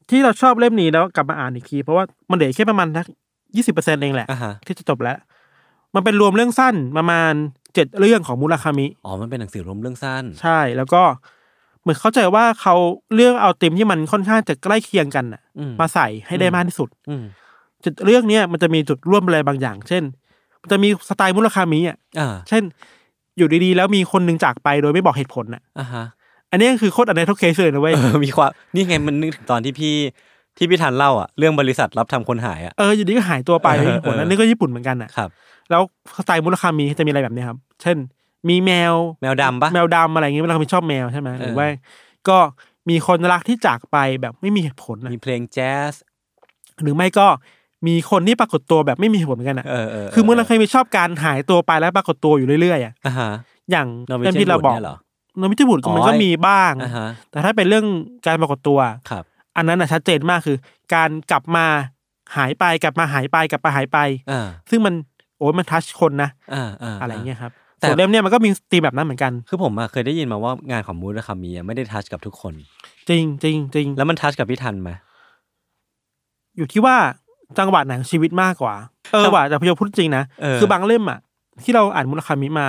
Speaker 2: ที่เราชอบเล่มนี้แล้วกลับมาอ่านอีกที เพราะว่ามันเหลือแค่ประมาณทักยี่สิบเปอร์เซ็นต์เองแหละ
Speaker 1: อ่าฮะ
Speaker 2: ที่จะจบแล้ว มันเป็นรวมเรื่องสั้นประมาณเจ็ดเรื่องของมูราคามิ
Speaker 1: อ๋อ มันเป็นหนังสือรวมเรื่องสั้น
Speaker 2: ใช่ แล้วก็เหมือนเข้าใจว่าเขาเลือกเอาธีมที่มันค่อนข้างจะใกล้เคียงกันน่ะ
Speaker 1: อืม
Speaker 2: มาใส่ให้ได้มากที่สุด
Speaker 1: อืม
Speaker 2: จุดเรื่องเนี้ยมันจะมีจุดร่วมอะไรบางอย่าง เช่น มันจะมีสไตล์มุลคามิอ่ะ
Speaker 1: อ่า
Speaker 2: เช่น อยู่ดีๆ แล้วมีคนหนึ่งจากไปโดยไม่บอกเหตุผลน่ะ
Speaker 1: อ่าฮะ
Speaker 2: อันนี้คือโคตรอันในทุกเคสเลยนะเว้ย
Speaker 1: เออ มีความนี่ไงมันนึกถึงตอนที่พี่ที่พี่ทันเล่าอะเรื่องบริษัทรับทำคนหายอะ
Speaker 2: เออ อยู่ดีก็หายตัวไป
Speaker 1: เออ
Speaker 2: ไม่มีเหตุผล
Speaker 1: เออ
Speaker 2: อันนี้ก็ญี่ปุ่นเหมือนกันน่ะ
Speaker 1: ครับ
Speaker 2: แล้วสไตล์มุลคามิจะมีอะไรแบบเนี้ยครับ เช่น มีแมว
Speaker 1: แมวดำปะ
Speaker 2: แมวดำอะไรอย่างเงี้ยมุลคามิชอบแมวใช่ไหมหรือ
Speaker 1: เออ
Speaker 2: ว่า ก็มีคนรักที่จากไปแบบไม่มีเหตุผลน่ะ
Speaker 1: มีเพลงแจ๊ส
Speaker 2: หรือไม่ก็มีคนที่ปรากฏตัวแบบไม่มีเหตุผลเหมือนกันอ่ะ
Speaker 1: เออเออ
Speaker 2: คือมุลคามิชอบการหายตัวไปแล้วปรากฏตัวอยู่เรื่อยๆอ่ะ
Speaker 1: อ่าฮะ
Speaker 2: อย่าง
Speaker 1: นอร์เว
Speaker 2: เล่ม
Speaker 1: เจียน
Speaker 2: ที่เรา
Speaker 1: วูด
Speaker 2: บอก
Speaker 1: เนี่ยเหรอ
Speaker 2: นมิติบุตร
Speaker 1: อ๋อ
Speaker 2: มันก็มีบ้าง
Speaker 1: อ่าฮะ
Speaker 2: แต่ถ้าเป็นเรื่องการปรากฏตัว
Speaker 1: ครับ
Speaker 2: อันนั้นนะชัดเจนมากคือ การกลับมาหายไปกลับมาหายไปกลับมาหายไป
Speaker 1: อ่า
Speaker 2: ซึ่งมันโอ้ยมันทัชคนนะ
Speaker 1: อ่าา
Speaker 2: อะไรเงี้ยครับ
Speaker 1: แต่
Speaker 2: ส่วนเล่มเนี่ยมันก็มีตีมแบบนั้นเหมือนกัน
Speaker 1: คือผมอะเคยได้ยินมาว่างานของมูราคามิอะไม่ได้ทัชกับทุกคน
Speaker 2: จริงจริงจริง
Speaker 1: แล้วมันทัชกับพี่ทันไหม
Speaker 2: อยู่ที่ว่าจังหวะไหนของชีวิตมากกว่า เออว่ะแต่พยพูดจริงนะ
Speaker 1: เออ
Speaker 2: คือบางเล่มอ่ะ ที่เราอ่านมุลคามิมา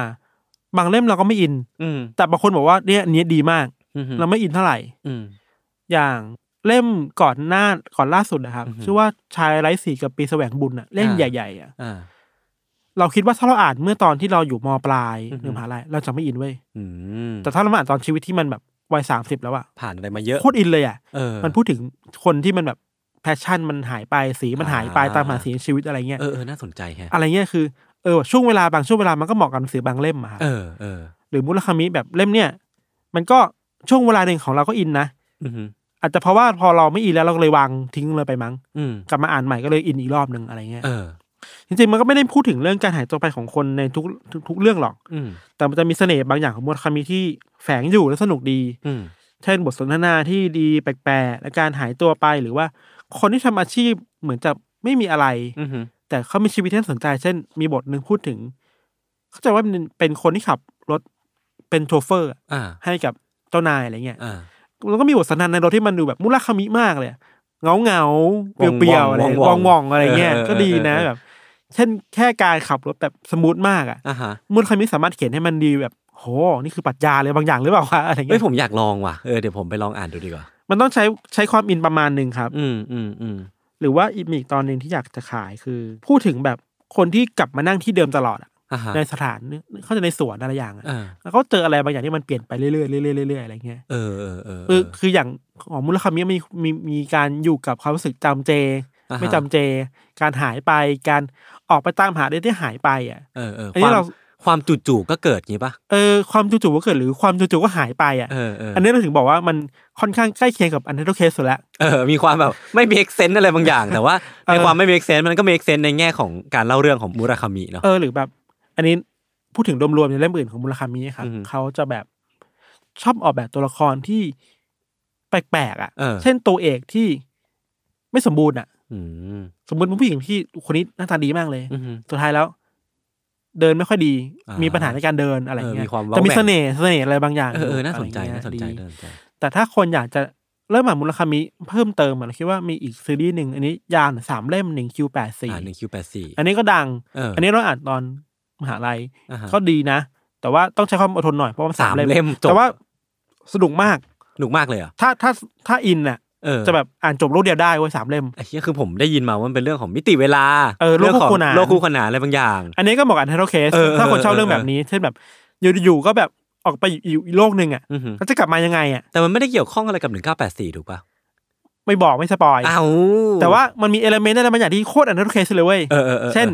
Speaker 2: บางเล่มเราก็ไม่อิน
Speaker 1: อืม
Speaker 2: แต่บางคนบอกว่าเนี่ยอันเนี้ยดีมาก
Speaker 1: อืม
Speaker 2: เราไม่อินเท่าไหร่
Speaker 1: อืม
Speaker 2: อย่างเล่มก่อนหน้าก่อนล่าสุดนะครับ
Speaker 1: อือหือ
Speaker 2: ชื่อว่าชายไร้สีกับปีแสวงบุญอะเล่ม
Speaker 1: อ่า
Speaker 2: ใหญ่ๆอะ
Speaker 1: อ่า
Speaker 2: เราคิดว่าถ้าเราอ่านเมื่อตอนที่เราอยู่มปลาย
Speaker 1: อือหือ
Speaker 2: หรือมหาลัยเราจะไม่อินเว้ย
Speaker 1: อืม
Speaker 2: แต่ถ้าเรามาอ่านตอนชีวิตที่มันแบบวัยสามสิบแล้วอะ
Speaker 1: ผ่านอะไรมาเยอะ
Speaker 2: โคตรอินเลยอะ
Speaker 1: เออ
Speaker 2: มันพูดถึงคนที่มันแบบแพชชั่นมันหายไปสีมันหายไป
Speaker 1: อ่า
Speaker 2: ตามหาสีในชีวิตอะไรเงี้ย
Speaker 1: เออเออน่าสนใจแฮะ
Speaker 2: อะไรเงี้ยคือเออช่วงเวลาบางช่วงเวลามันก็เหมาะกับหนังสือบางเล่มอะครับ
Speaker 1: เออเออ
Speaker 2: หรือมุลคามิแบบเล่มเนี่ยมันก็ช่วงเวลาหนึ่งของเราก็อินนะ
Speaker 1: อืม
Speaker 2: อาจจะเพราะว่าพอเราไม่อินแล้วเราก็เลยวางทิ้งเลยไปมั้ง
Speaker 1: อืม
Speaker 2: กลับมาอ่านใหม่ก็เลยอินอีกรอบหนึ่งอะไรเงี้ย
Speaker 1: เออ
Speaker 2: จริงๆ มันก็ไม่ได้พูดถึงเรื่องการหายตัวไปของคนในทุกทุกทุกเรื่องหรอก
Speaker 1: อืม
Speaker 2: แต่มันจะมีเสน่ห์บางอย่างของมูลคามิที่แฝงอยู่และสนุกดี
Speaker 1: อืม
Speaker 2: เช่นบทสนทนาที่ดีแปลกๆ และการหายตัวไปหรือว่า คนที่ทำอาชีพเหมือนจะไม่มีอะไร
Speaker 1: อือฮึ
Speaker 2: แต่เขามีชีวิตที่น่าสนใจ เช่น มีบทหนึ่งพูดถึง เข้าใจว่าเป็นเป็นคนที่ขับรถเป็นโชเฟอร์อะ
Speaker 1: อ่า
Speaker 2: ให้กับเจ้านายอะไรเงี้ย
Speaker 1: อ่า
Speaker 2: แล้วก็มีบทสนทนาในรถที่มันดูแบบมุลคามิมากเลยเงาเงาๆเปรียวๆอะไรวองวองๆอะไรเงี้ยก็ดีนะแบบ เช่นแค่การขับรถแบบสมูทมากอ่ะ
Speaker 1: อ่าฮะ
Speaker 2: มุลคามิสามารถเขียนให้มันดีแบบ โห นี่คือปรัชญาเลยบางอย่างหรือเปล่าวะอะไร
Speaker 1: เอ้
Speaker 2: เงี้
Speaker 1: ย
Speaker 2: ย
Speaker 1: ผมอยากลองว่ะเออเดี๋ยวผมไปลองอ่านดูดีกว่า
Speaker 2: มันต้องใช้ใช้ความอินประมาณหนึ่งครับ
Speaker 1: อืมอืมอืม
Speaker 2: หรือว่าอีกมีอีกตอนหนึ่งที่อยากจะขายคือ พูดถึงแบบคนที่กลับมานั่งที่เดิมตลอดอะ
Speaker 1: อ่าฮะ
Speaker 2: ในสถานเนี่ยเขาจะในสวนอะไรอย่างอะ
Speaker 1: อ่า
Speaker 2: แล้วเขาเจออะไรบางอย่างที่มันเปลี่ยนไปเรื่อยๆเรื่อยๆเรื่อยๆอะไรเงี้ย
Speaker 1: เออเออเออ
Speaker 2: เออคืออย่างของมูลคามิมีมีมีการอยู่กับความรู้สึกจำเจ
Speaker 1: อ่าฮะ
Speaker 2: ไม่จำเจ การหายไปการออกไปตามหาได้ที่หายไปอ่ะ
Speaker 1: เออเออ
Speaker 2: อัน
Speaker 1: ค
Speaker 2: นี้
Speaker 1: วาม
Speaker 2: เรา
Speaker 1: ความจู่ๆก็เกิดงี้ป่ะ
Speaker 2: เออความจู่ๆก็เกิดหรือความจู่ๆก็หายไปอ่ะ
Speaker 1: เออเออ
Speaker 2: อันนี้เราถึงบอกว่ามันค่อนข้างใกล้เคียงกับอันเดอร์เคสสุดละ
Speaker 1: เออมีความแบบไม่ make sense อะไรบางอย่าง แต่ว่าใน
Speaker 2: เออ
Speaker 1: ความไม่ make sense มันก็ make sense ในแง่ของการเล่าเรื่องของมุราคามิเนาะ
Speaker 2: เออหรือแบบ อันนี้พูดถึงรวมๆในเล่มอื่นของมูลคามิครับ
Speaker 1: อือฮึ
Speaker 2: เขาจะแบบชอบออกแบบตัวละครที่แปลกๆอ่ะ
Speaker 1: เออ
Speaker 2: นตัวเอกที่ไม่สมบูรณ์อ่ะ
Speaker 1: อืม
Speaker 2: สมมติเป็นผู้หญิงที่คนนี้หน้าตาดีมากเลย
Speaker 1: อืม
Speaker 2: สุดท้ายแล้ว เดินไม่ค่อยดี
Speaker 1: อ่ามี
Speaker 2: มีปัญหาในการเดินอะไร
Speaker 1: เออ
Speaker 2: เงี้
Speaker 1: มี
Speaker 2: ย
Speaker 1: ความเว้า
Speaker 2: จะมี
Speaker 1: แหว่ง
Speaker 2: เสน่ห์เสน่ห์อะไรบางอย่าง
Speaker 1: เออเออน่าสนใจ
Speaker 2: อะไรเงี้ย
Speaker 1: น่าสนใจ
Speaker 2: ดี
Speaker 1: น่าสนใจ
Speaker 2: แต่ถ้าคนอยากจะเริ่มอ่านมูลคามิเพิ่มเติมอะเราคิดว่ามีอีกซีรีส์หนึ่งอันนี้ยาวหน่อยสามเล่มหนึ่งคิวแปดสี่
Speaker 1: อ่าหนึ่งคิวแปดสี่
Speaker 2: อันนี้ก็ดัง
Speaker 1: เออ
Speaker 2: อั
Speaker 1: อั
Speaker 2: นนี้เราอ่านตอนมหาลัย
Speaker 1: ก็
Speaker 2: ก็ดีนะ แต่ว่าต้องใช้ความอดทนหน่อยเพราะมันสา
Speaker 1: สา
Speaker 2: ม
Speaker 1: ม
Speaker 2: เล่ม
Speaker 1: เล่มจบ
Speaker 2: แต่ว่าสนุกมาก
Speaker 1: หนุกมากเลยเหรอ่ะ
Speaker 2: ถ้าถ้าถ้าอินน่ะ
Speaker 1: เออ
Speaker 2: จะแบบอ่านจบรูปเดียวได้เว้ยสามเล่ม
Speaker 1: ไอ้เหี้ยคือผมได้ยินมาว่ามันเป็นเรื่องของมิติเวลา
Speaker 2: เออโลก
Speaker 1: รื่องของ
Speaker 2: คู่ขนาน
Speaker 1: โลกคู่ขนานอะไรบางอย่าง
Speaker 2: อันนี้ก็เหมาะกับเทโรเคส
Speaker 1: เออเออ
Speaker 2: ถ้าคนชอบ
Speaker 1: เออ
Speaker 2: เรื่องแบบนี้เช่นแบบ อยู่ๆก็แบบออกไปอยู่อีกโลกหนึ่งอ่ะ
Speaker 1: อือหือ
Speaker 2: แล้วจะกลับมายังไงอ่ะ
Speaker 1: แต่มันไม่ได้เกี่ยวข้องอะไรกับหนึ่งเก้าแปดสี่ถูกป่ะ
Speaker 2: ไม่บอกไม่สปอย
Speaker 1: อ้าว
Speaker 2: แต่ว่ามันมีเอลเมนต์อะไรบางอย่างที่โคตรอันเทโรเคสเลยเว้ย
Speaker 1: เออออออ
Speaker 2: เช่น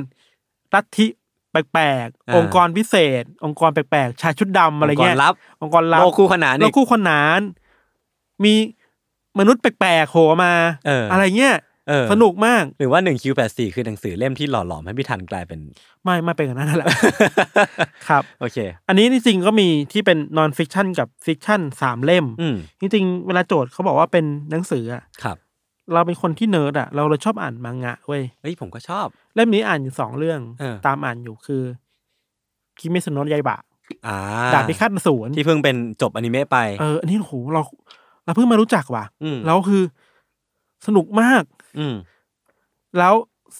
Speaker 2: ลัทธิแปลก
Speaker 1: อ่า
Speaker 2: ๆองค์กรพิเศษ องค์กรแปลกๆชายชุดดำอะไรเงี้
Speaker 1: ง
Speaker 2: ย
Speaker 1: ค์กรับ
Speaker 2: องค์กรลับ
Speaker 1: โลกคู่ขนาน
Speaker 2: แล้
Speaker 1: อี
Speaker 2: ว
Speaker 1: ก
Speaker 2: คู่คนนาน มีมนุษย์แปลกๆโผล่มา
Speaker 1: เอออ
Speaker 2: ไรเงี้ย
Speaker 1: เออ
Speaker 2: สนุกมาก
Speaker 1: หรือว่าหนึ่งคิวแปดสี่คือหนังสือเล่มที่หล่อหลอมให้พี่ทันกลาย เป็น
Speaker 2: ไม่ไม่เป็นกันนั่นแหละ ครับ
Speaker 1: โอเค
Speaker 2: อันนี้จริงๆก็มีที่เป็นนอนฟิกชันกับฟิกชันสามเล่ม
Speaker 1: อืม
Speaker 2: จริงๆเวลาโจทย์เขาบอกว่าเป็นหนังสืออะ
Speaker 1: ครับ
Speaker 2: เราเป็นคนที่เนิร์ดอะเราเลยชอบอ่านมังงะเว้ย
Speaker 1: เอ้ยผมก็ชอบ
Speaker 2: เล่มนี้อ่านอยู่สองเรื่อง
Speaker 1: เออ
Speaker 2: ตามอ่านอยู่คือคิเมสโนะยายบะ
Speaker 1: อ่า
Speaker 2: ดาบพิฆาตอสูร
Speaker 1: ที่เพิ่งเป็นจบอนิเมะไป
Speaker 2: เอออันนี้โหเราเราเพิ่งมารู้จักว่ะ
Speaker 1: อืม
Speaker 2: แล้วคือสนุกมาก
Speaker 1: อืม
Speaker 2: แล้ว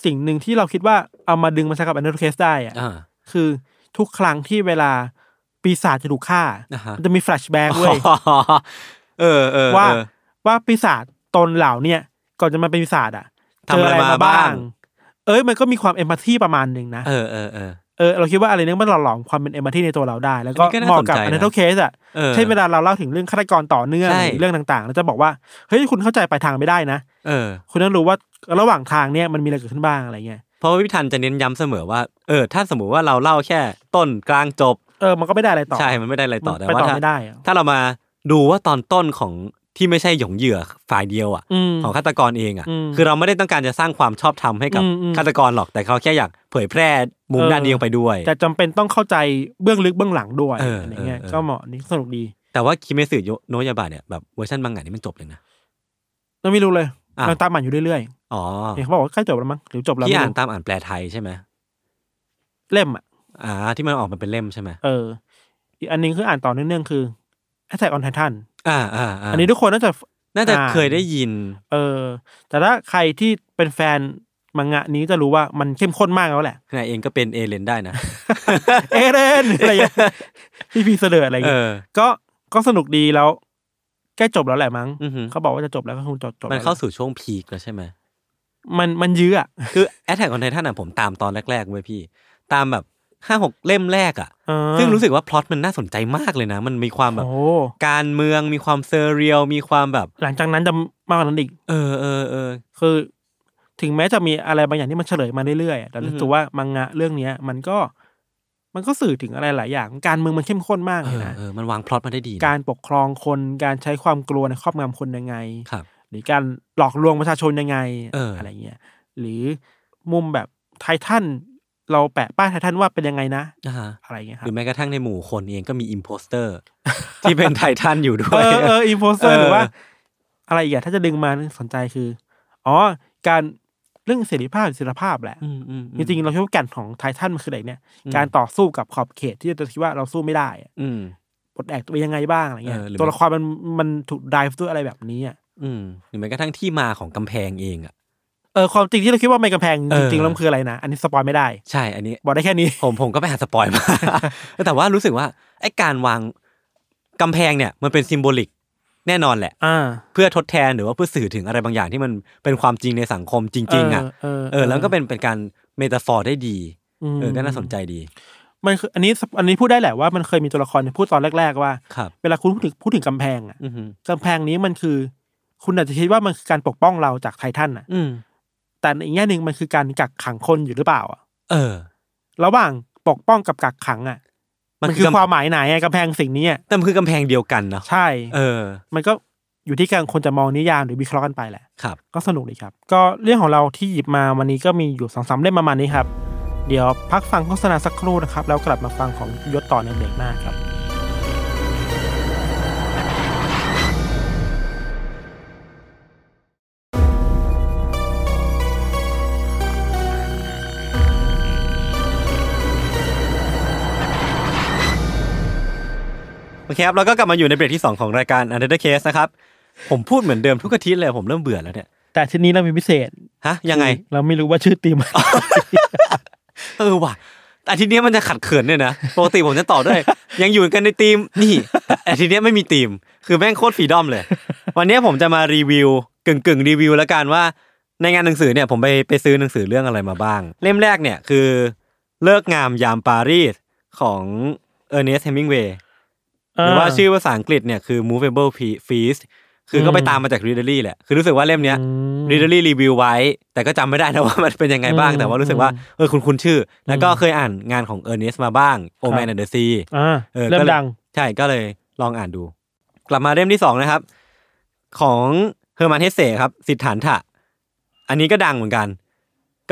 Speaker 2: สิ่งหนึ่งที่เราคิดว่าเอามาดึงมาใช้กับ Another Case ได้อะ
Speaker 1: อ่า
Speaker 2: คือทุกครั้งที่เวลาปีศาจจะถูกฆ่า
Speaker 1: อ่าฮะ
Speaker 2: มันจะมีแฟลชแบ็กเว้ย
Speaker 1: เออเออ
Speaker 2: ว่า
Speaker 1: เออ
Speaker 2: ว่าปีศาจตนเหล่าเนี่ยก่อนจะมาเป็นปีศาจอ่ะ
Speaker 1: ทำ
Speaker 2: เจอ
Speaker 1: อะไร
Speaker 2: อะไร
Speaker 1: มา
Speaker 2: มา
Speaker 1: บ้า
Speaker 2: บ้าง ง เอ้ยมันก็มีความเอมพัตตีประมาณหนึ่งนะ
Speaker 1: เออเออเออ
Speaker 2: เออเราคิดว่าอะไรเนี่ยมันหล่อหลอมความเป็นเอมพัตตีในตัวเราได้ แล้วก็
Speaker 1: อันนี้ก็น่า
Speaker 2: เหมาะกับ
Speaker 1: สนใจนะ
Speaker 2: Another Case อ่ะ
Speaker 1: ออ
Speaker 2: เช่นเวลาเราเล่าถึงเรื่องฆาตกรต่อเนื่อง
Speaker 1: ใช่
Speaker 2: หรือเรื่องต่างๆเราจะบอกว่าเฮ้ยคุณเข้าใจปลายทางไม่ได้นะ
Speaker 1: เออ
Speaker 2: คุณต้องรู้ว่าระหว่างทางเนี่ยมันมีอะไรเกิดขึ้นบ้างอะไรเงี้ย
Speaker 1: เพราะว่าพี่ทันจะเน้นย้ำเสมอว่า เออ ถ้าสมมุติว่าเราเล่าแค่ต้นกลางจบ
Speaker 2: เออมันก็ไม่ได้อะไรต่อ
Speaker 1: ใช่ มันไม่ได้อะไรต่อ
Speaker 2: มัน
Speaker 1: แต่
Speaker 2: ไป
Speaker 1: ว่า
Speaker 2: ต่อ
Speaker 1: ถ้า
Speaker 2: ไม่ได้อะ
Speaker 1: ถ้าเรามาดูว่าตอนต้นของที่ไม่ใช่หยงเหยื่อฝ่ายเดียวอ่ะ
Speaker 2: อืม
Speaker 1: ของฆาตกรเองอ่ะ
Speaker 2: อืม
Speaker 1: คือเราไม่ได้ต้องการจะสร้างความชอบธรรมให้กับ
Speaker 2: อืมอืม
Speaker 1: ฆาตกรหรอก แต่เขาแค่อยากเผยแพร่มุม
Speaker 2: เออ
Speaker 1: ด้านเดียวไปด้วย
Speaker 2: แต่จำเป็นต้องเข้าใจเบื้องลึกเบื้องหลังด้วย
Speaker 1: เอออ
Speaker 2: อะไรเงี้ย
Speaker 1: เออเออ
Speaker 2: ก็เหมาะนี่สนุกดี
Speaker 1: แต่ว่าคิเมสึโนะยาบะเนี่ยแบบเวอร์ชันบางงะนี่มันจบเลยนะ
Speaker 2: เราไม่รู้เลย
Speaker 1: อ่ะ
Speaker 2: เราตามอ่านอยู่เรื่อย
Speaker 1: อ๋อ
Speaker 2: ๆเห็นเขาบอกว่าใกล้จบแล้วมั้งหรือจบแล้ว
Speaker 1: ที่
Speaker 2: ไม่
Speaker 1: อ่าน
Speaker 2: รู้
Speaker 1: ตามอ่านแปลไทยใช่ไหม
Speaker 2: เล่มอ่ะ
Speaker 1: อ่า ที่มันออกมาเป็นเล่มใช่ไหม
Speaker 2: เออ อีกอันหนึงคืออ่านต่อเนื่องๆคือ Attack on Titan
Speaker 1: อ่าอ่าา
Speaker 2: อันนี้ทุกคนน่าจะ
Speaker 1: น่าจะ
Speaker 2: อ่าน
Speaker 1: เคยได้ยิน
Speaker 2: เออ แต่ถ้าใครที่เป็นแฟนมังงะนี้จะรู้ว่ามันเข้มข้นมากแล้วแหละ
Speaker 1: ขณะเองก็เป็นเอเลนได้นะ
Speaker 2: เอเรนอะไรเงี้ยพี่พีเสดออะไร
Speaker 1: เอ
Speaker 2: เงี้ย
Speaker 1: อ
Speaker 2: ก็ก็สนุกดีแล้วใกล้จบแล้วแหละมั้ง
Speaker 1: อือหือ
Speaker 2: เขาบอกว่าจะจบแล้วก็คงจบจบ
Speaker 1: มัน
Speaker 2: แล้ว
Speaker 1: เข้าสู่ช่วงพีคแล้วใช่ไหม
Speaker 2: มันมันยื้ออะ
Speaker 1: คือแอ t แทกของไททันอ่ะผมตามตอนแรกๆเว้ยพี่ ตามแบบห้าหกเล่มแรกอ่ะ
Speaker 2: อ่า
Speaker 1: ซึ่งรู้สึกว่าพล็อตมันน่าสนใจมากเลยนะ มันมีความแบบ
Speaker 2: โอ้
Speaker 1: การเมืองมีความเซอร์เรียลมีความแบบ
Speaker 2: หลังจากนั้นจะมากกว่านั้นอีก
Speaker 1: เออเออเออ
Speaker 2: คือ ถึงแม้จะมีอะไรบางอย่างที่มันเฉลยมาเรื่อยๆอะแต่
Speaker 1: อือฮึ
Speaker 2: รู้สึกว่ามังงะเรื่องเนี้ย มันก็ มันก็สื่อถึงอะไรหลายอย่าง การเมืองมันเข้มข้นมาก
Speaker 1: เอ
Speaker 2: เลย
Speaker 1: อ
Speaker 2: นะ
Speaker 1: เออมันวางพล็อตมาได้ดีนะ
Speaker 2: การปกครองคนการใช้ความกลัวในครอบงำคนยังไง
Speaker 1: ครับ
Speaker 2: หรือการหลอกลวงประชาชนยังไง
Speaker 1: เอออ
Speaker 2: ไรเงี้ยหรือมุมแบบไททันเราแปะป้ายไททันว่าเป็นยังไงนะ
Speaker 1: อ่าฮะ
Speaker 2: อะไรเงี้ยค
Speaker 1: ห
Speaker 2: รั
Speaker 1: รื
Speaker 2: บ
Speaker 1: อแม้กระทั่งในหมู่คนเองก็มีอิมโพสเตอ ร์ ที่เป็นไททันอยู่ด้ว
Speaker 2: เอ ยอเอออินโฟเซอร์หรือว่า
Speaker 1: เออ
Speaker 2: อะไรอีกอะถ้าจะดึงมาสนใจคือ อ๋อ การ เรื่องเสรีภาพอิสรภาพแหละ
Speaker 1: อืมอืม
Speaker 2: จริงๆ เราคิดว่าแก่นของไททันมันคืออะไรเนี่ย การต่อสู้กับขอบเขตที่เราคิดว่าเราสู้ไม่ได้อะ
Speaker 1: อืม
Speaker 2: ปลดแอกตัวเองยังไงบ้างอะไรเงี้ย
Speaker 1: เออหรือ
Speaker 2: ตัวละครมันมันถูกดายด้วยอะไรแบบนี้อะ
Speaker 1: อืมหรือแม้กระทั่งที่มาของกำแพงเองอ่ะ
Speaker 2: เออความจริงที่เราคิดว่าไม่กำแพง
Speaker 1: เออ
Speaker 2: จริงๆแล้วมันคืออะไรนะ อันนี้สปอยไม่ได้
Speaker 1: ใช่ อันนี้
Speaker 2: บอกได้แค่นี้
Speaker 1: ผมผมก็ไปหาสปอยล์มา แต่ว่ารู้สึกว่าไอ้การวางกำแพงเนี่ย มันเป็นซิมโบลิกแน่นอนแหละ
Speaker 2: อ่า
Speaker 1: เพื่อทดแทนหรือว่าเพื่อสื่อถึงอะไรบางอย่างที่มันเป็นความจริงในสังคมจริง ๆ อ่ะ
Speaker 2: เออ
Speaker 1: เออ แล้วก็เป็นเป็นการเมตาฟอร์ได้ดี
Speaker 2: ม
Speaker 1: เออก็น่าสนใจดี
Speaker 2: มันคืออันนี้สอันนี้พูดได้แหละว่ามันเคยมีตัวละครพูดตอนแรก ๆ ว่า
Speaker 1: ครับ
Speaker 2: เวลาคุณพูดถึงพูดถึงกำแพงอะ
Speaker 1: อือหือก
Speaker 2: ำแพงนี้มันคือ คุณอาจจะคิดว่ามันคือการปกป้องเราจากไททันอะ
Speaker 1: อืม
Speaker 2: แต่ในอีกแง่หนึ่งมันคือการกักขังคนอยู่หรือเปล่าอะ
Speaker 1: เออ
Speaker 2: ระหว่างปกป้องกับกักขังอะ
Speaker 1: มัน
Speaker 2: คือ
Speaker 1: คือ
Speaker 2: ค
Speaker 1: กำ
Speaker 2: วามหมายไหนอะกำแพงสิ่งนี้อะ
Speaker 1: แต่มันคือกำแพงเดียวกันเนาะ
Speaker 2: ใช่
Speaker 1: เออ
Speaker 2: มันก็อยู่ที่การคนจะมองนิยามหรือวิเคราะห์กันไปแหละ
Speaker 1: ครับ
Speaker 2: ก็สนุกดีครับ ก็เรื่องของเราที่หยิบมาวันนี้ก็มีอยู่สองสามเล่มประมาณนี้ครับ เดี๋ยวพักฟังโฆษณาสักครู่นะครับ แล้วกลับมาฟังของยศต่อในเบรกหน้าครับ
Speaker 1: โอเคครับแล้วก็กลับมาอยู่ในเบรกที่ 2 ของรายการ u n d e r Case นะครับ ผมพูดเหมือนเดิมทุกอาทิตย์เลย ผมเริ่มเบื่อแล้วเนี่ย
Speaker 2: แต่ทีนี้เรามีพิเศษ
Speaker 1: ฮะ ยังไง
Speaker 2: เราไม่รู้ว่าชื่อตีมอะไร
Speaker 1: เออว่ะอาทิตย์เนี้ยมันจะขัดเขินเนี่ยนะ ปกติผมจะต่อ ด้วย ยังอยู่กันในทีมนี่ อาทิตย์เนี้ยไม่มีทีม คือแม่งโคตรฟรีดอมเลย วันเนี้ยผมจะมารีวิวกึ่งกึ่งๆรีวิวแล้วกันว่า ในงานหนังสือเนี่ยผมไปไปซื้อหนังสือเรื่องอะไรมาบ้าง เล่มแรกเนี่ยคือ เลิกงามยามปารีสของเออร์เนสต์เฮมิงเวย์ หรือว่าชื่อภาษาอังกฤษเนี่ยคือ movable Fe- feast คือก็ไปตามมาจาก readery แหละ คือรู้สึกว่าเล่มเนี้ย
Speaker 2: ม
Speaker 1: readery รีวิวไว้ แต่ก็จำไม่ได้นะว่ามันเป็นยังไงบ้าง
Speaker 2: อืม
Speaker 1: แต่ว่ารู้สึกว่า เออคุณคุณชื่อ แล้วก็เคยอ่านงานของ Ernest มาบ้าง O Man and the Sea
Speaker 2: อ่า
Speaker 1: ออ
Speaker 2: เริ่
Speaker 1: ก็
Speaker 2: ม
Speaker 1: ลย
Speaker 2: ดัง
Speaker 1: ใช่ก็เลยลองอ่านดู กลับมาเล่มที่สองนะครับ ของเฮอร์มันเฮเซครับ สิทธานถะ อันนี้ก็ดังเหมือนกัน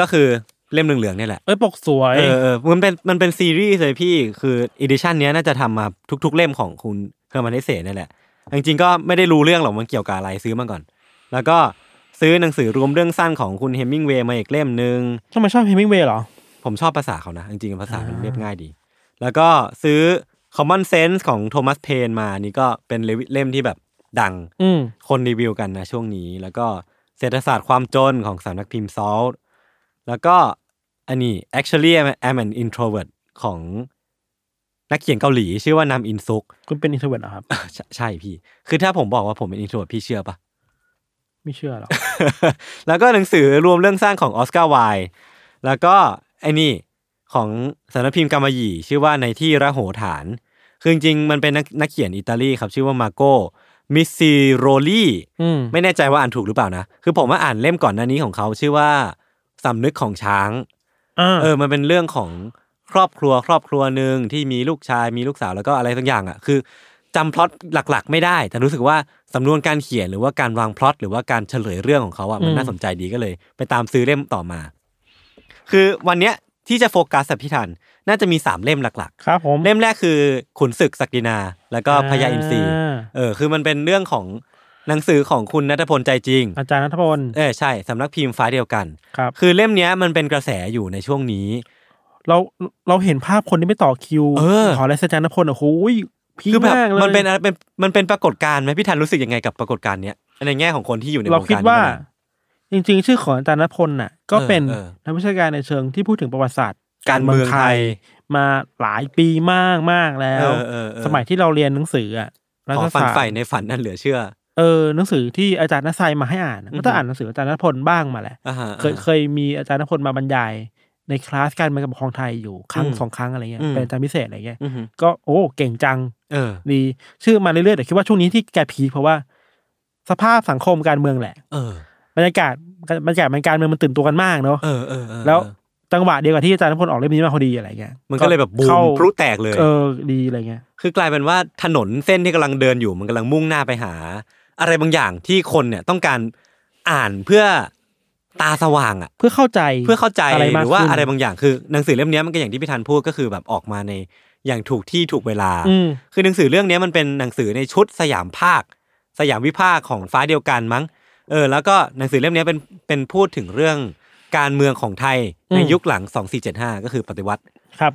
Speaker 1: ก็คือเล่มเหลืองๆเนี่ยแหละ
Speaker 2: เอ้ยปกสวย
Speaker 1: เออเออมันเป็นมันเป็นซีรีส์เลยพี่ คืออีดิชันเนี้ยน่าจะทำมาทุก ๆ เล่มของคุณเฮอร์มันเดเซ่นี่แหละ จริงๆก็ไม่ได้รู้เรื่องหรอกมันเกี่ยวกับอะไรซื้อมาก่อน แล้วก็ซื้อหนังสือรวมเรื่องสั้นของคุณเฮมมิงเวย์มาอีกเล่มหนึ่ง
Speaker 2: ทำไมชอบเฮมิงเวย์เหรอ
Speaker 1: ผมชอบภาษาเขานะ จริงๆ ภาษามันเรียบง่ายดี แล้วก็ซื้อ Common Sense ของโทมัสเพนมา นี่ก็เป็นเล่มที่แบบดัง
Speaker 2: อืม
Speaker 1: คนรีวิวกันนะช่วงนี้ แล้วก็เศรษฐศาสตร์ความจนของสำนักพิมพ์ซอลแล้วก็อันนี้ actually I'm an introvert ของนักเขียนเกาหลีชื่อว่านามอินซุก
Speaker 2: คุณเป็นอินเทอร์เวิร์ดเหรอครับ
Speaker 1: ใช่ใช่พี่ คือถ้าผมบอกว่าผมเป็น introvert พี่เชื่อปะ
Speaker 2: ไม่เชื่อหรอก
Speaker 1: แล้วก็หนังสือรวมเรื่องสร้างของออสการ์ไวล์แล้วก็ไอ้นี่ของสำนักพิมพ์กามาหยี่ชื่อว่าในที่ระโหฐาน คือจริงๆมันเป็นนักนักเขียนอิตาลีครับ ชื่อว่ามาโกมิซิโรลี
Speaker 2: อืม
Speaker 1: ไม่แน่ใจว่าอ่านถูกหรือเปล่านะ คือผมว่าอ่านเล่มก่อนหน้านี้ของเขาชื่อว่าสำนึกของช้าง
Speaker 2: อ่า
Speaker 1: เออ มันเป็นเรื่องของครอบครัวครอบครัวหนึ่งที่มีลูกชายมีลูกสาวแล้วก็อะไรสักอย่างอ่ะ คือจำพล็อตหลักๆ ไม่ได้ แต่รู้สึกว่าสำนวนการเขียนหรือว่าการวางพล็อตหรือว่าการเฉลยเรื่องของเขาอ่ะมันน่าสนใจดีก็เลย ไปตามซื้อเล่มต่อมา คือวันเนี้ยที่จะโฟกัสสับพิธันน่าจะมีสามเล่มหลัก
Speaker 2: ครับผม
Speaker 1: ๆ เล่มแรกคือขุนศึกศักดินา แล้วก็พญาอินทรี
Speaker 2: า
Speaker 1: เออคือมันเป็นเรื่องของหนังสือของคุณนัทพลใจจริง
Speaker 2: อาจารย์นัทพล
Speaker 1: เออใช่สำนักพิมพ์ฟ้าเดียวกัน
Speaker 2: ครับ
Speaker 1: คือเล่มเนี้ยมันเป็นกระแสอยู่ในช่วงนี้
Speaker 2: เราเราเห็นภาพคนที่ไม่ต่อคิว
Speaker 1: เออ
Speaker 2: ขอลายเซ็นอาจารย์นพลโอ้โหพีค
Speaker 1: คือแบบ
Speaker 2: มากเลย
Speaker 1: มันเป็นอะไรเป็นมันเป็นปรากฏการณ์ไหมพี่ทันรู้สึกยังไงกับปรากฏการณ์เนี้ยในแง่ของคนที่อยู่ในวง
Speaker 2: เรา
Speaker 1: การ
Speaker 2: คิดว่า
Speaker 1: นี้มนน
Speaker 2: จริงๆ ชื่อของอาจารย์นพลน่ะ ก็
Speaker 1: เออ
Speaker 2: เป็น
Speaker 1: เออ
Speaker 2: นักวิชาการในเชิงที่พูดถึงประวัติศาสตร์
Speaker 1: การเมืองไทย
Speaker 2: มาหลายปีมากมากๆแล้ว
Speaker 1: เออเออเออ
Speaker 2: สมัยที่เราเรียนหนังสืออ่ะรั
Speaker 1: ขอ
Speaker 2: ฐ
Speaker 1: ฝัน
Speaker 2: ศาสต
Speaker 1: ใฝ่
Speaker 2: ร์
Speaker 1: ในฝันนั่นเหลือเชื่อ
Speaker 2: เออหนังสือที่อาจารย์นศัยมาให้อ่าน
Speaker 1: อือฮึ
Speaker 2: ก็ต้องอ่านหนังสืออาจารย์นพลบ้างมาแหละ
Speaker 1: อ่าฮะ
Speaker 2: เคยเคยมีอาจารย์นพลมาบรรยาย ในคลาสการเมืองกับปกครองไทยอยู่ครั้ง
Speaker 1: อืม
Speaker 2: สองครั้งอะไรเงี้ย
Speaker 1: อืม
Speaker 2: เป็นอาจารย์พิเศษอะไรเงี้ย
Speaker 1: อือฮึ
Speaker 2: ก็โอ้เก่งจัง
Speaker 1: เออ
Speaker 2: ดีชื่อมาเรื่อยๆแต่คิดว่าช่วงนี้ที่แกพีคเพราะว่า สภาพสังคมการเมืองแหละ
Speaker 1: เออบ
Speaker 2: รรยากาศบรรยากาศมันการเมืองมันตื่นตัวกันมากเนาะ
Speaker 1: เออเออเออ
Speaker 2: แล้วจังหวะเดียวกับที่อาจารย์นพลออกเล่มนี้มาพอดีอะไรเงี้ย
Speaker 1: มันก็เลยแบบบูม
Speaker 2: เข้า
Speaker 1: พลุแตกเลย
Speaker 2: เออดีอะไรเงี้ย
Speaker 1: คือกลายเป็นว่าถนนเส้นที่กำลังเดินอยู่มันกำลังมุ่งหน้าไปหา อะไรบางอย่างที่คนเนี่ยต้องการอ่านเพื่อตาสว่างอ่ะ
Speaker 2: เพื่อเข้าใจ
Speaker 1: เพื่อเข้าใจ
Speaker 2: อะไรม
Speaker 1: ห
Speaker 2: ก
Speaker 1: รือว่า
Speaker 2: ขึ้น
Speaker 1: อะไรบางอย่างคือหนังสือเล่มเนี้ยมันก็อย่างที่พี่ธันพูดก็คือแบบออกมาในอย่างถูกที่ถูกเวลา
Speaker 2: อืม
Speaker 1: คือหนังสือเรื่องเนี้ยมันเป็นหนังสือในชุดสยามภาค สยามวิภาคของฟ้าเดียวกันมั้ง เออ แล้วก็หนังสือเล่มเนี้ยเป็นเป็นพูดถึงเรื่อง การเมืองของไทย
Speaker 2: อืม
Speaker 1: ในยุคหลัง 2475 ก็คือปฏิวัติ
Speaker 2: ครับ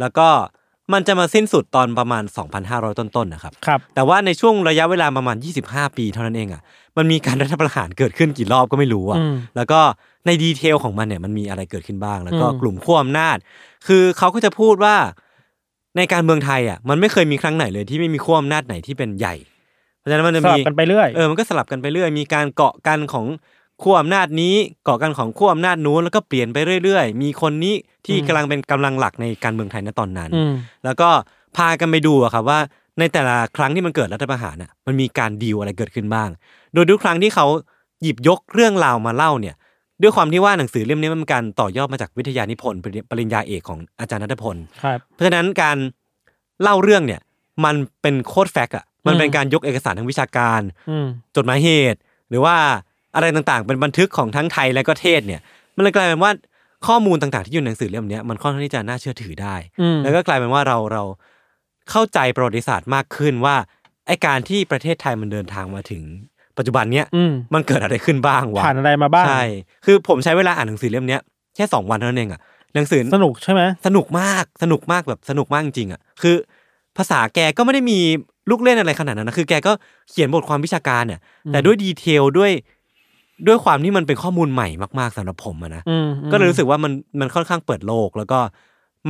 Speaker 1: แล้วก็มันจะมาสิ้นสุดตอนประมาณ 2,500 ต้นๆนะครับ
Speaker 2: ครับ
Speaker 1: แต่ว่าในช่วงระยะเวลาประมาณ 25 ปีเท่านั้นเองอ่ะ มันมีการรัฐประหารเกิดขึ้นกี่รอบก็ไม่รู้อ่ะ
Speaker 2: อืม
Speaker 1: แล้วก็ในดีเทลของมันเนี่ยมันมีอะไรเกิดขึ้นบ้าง แล้วก็
Speaker 2: อืม
Speaker 1: กลุ่มขั้วอำนาจ คือเขาก็จะพูดว่าในการเมืองไทยอ่ะมันไม่เคยมีครั้งไหนเลยที่ไม่มีขั้วอำนาจไหนที่เป็นใหญ่ เพราะฉะนั้นมันจะ
Speaker 2: สลั
Speaker 1: มี
Speaker 2: บกันไปเรื่อย
Speaker 1: เออ มันก็สลับกันไปเรื่อย มีการเกาะกันของขั้วอำนาจนี้ เกาะกันของขั้วอำนาจนู้น แล้วก็เปลี่ยนไปเรื่อยๆ มีคนนี้ที่
Speaker 2: อืม
Speaker 1: กำลังเป็นกำลังหลักในการเมืองไทยณตอนนั้น
Speaker 2: ม
Speaker 1: แล้วก็พากันไปดูอะครับว่าในแต่ละครั้งที่มันเกิดรัฐประหารน่ะมันมีการดีลอะไรเกิดขึ้นบ้าง โดยทุกครั้งที่เขาหยิบยกเรื่องราวมาเล่าเนี่ย ด้วยความที่ว่าหนังสือเล่มนี้มันเป็นการต่อยอดมาจากวิทยานิพนธ์ปริปริญญาเอกของอาจารย์นัทพล
Speaker 2: ครับ
Speaker 1: เพราะฉะนั้นการเล่าเรื่องเนี่ยมันเป็นโคตรแฟกต์อะมันเป็นการยกเอกสารทางวิชาการ
Speaker 2: อืม
Speaker 1: จดหมายเหตุ หรือว่าอะไรต่างๆ เป็นบันทึกของทั้งไทยและก็เทศเนี่ย มันเลยกลายเป็นว่าข้อมูลต่างๆที่อยู่ในหนังสือเล่มเนี้ยมันค่อนข้างที่จะน่าเชื่อถือได้
Speaker 2: อืม
Speaker 1: แล้วก็กลายเป็นว่าเราเราเข้าใจประวัติศาสตร์มากขึ้นว่าไอการที่ประเทศไทยมันเดินทางมาถึง ปัจจุบันเนี้ย
Speaker 2: อืม
Speaker 1: มันเกิดอะไรขึ้นบ้างวะ
Speaker 2: ผ่านอะไรมาบ้าง
Speaker 1: ใช่คือผมใช้เวลาอ่านหนังสือเล่มเนี้ยแค่สองวันเท่านั้นเองอะหนังสือ
Speaker 2: สนุกใช่ไหม
Speaker 1: สนุกมาก สนุกมากแบบสนุกมากจริงๆอ่ะ คือ ภาษาแกก็ไม่ได้มีลูกเล่นอะไรขนาดนั้นนะ คือแกก็เขียนบทความวิชาการเนี่ย
Speaker 2: อืม
Speaker 1: แต่ด้วยดีเทลด้วย ด้วยความที่มันเป็นข้อมูลใหม่มากๆสำหรับผมอะนะ
Speaker 2: อืม
Speaker 1: ก็เลยรู้สึกว่ามันมันค่อนข้างเปิดโลก แล้วก็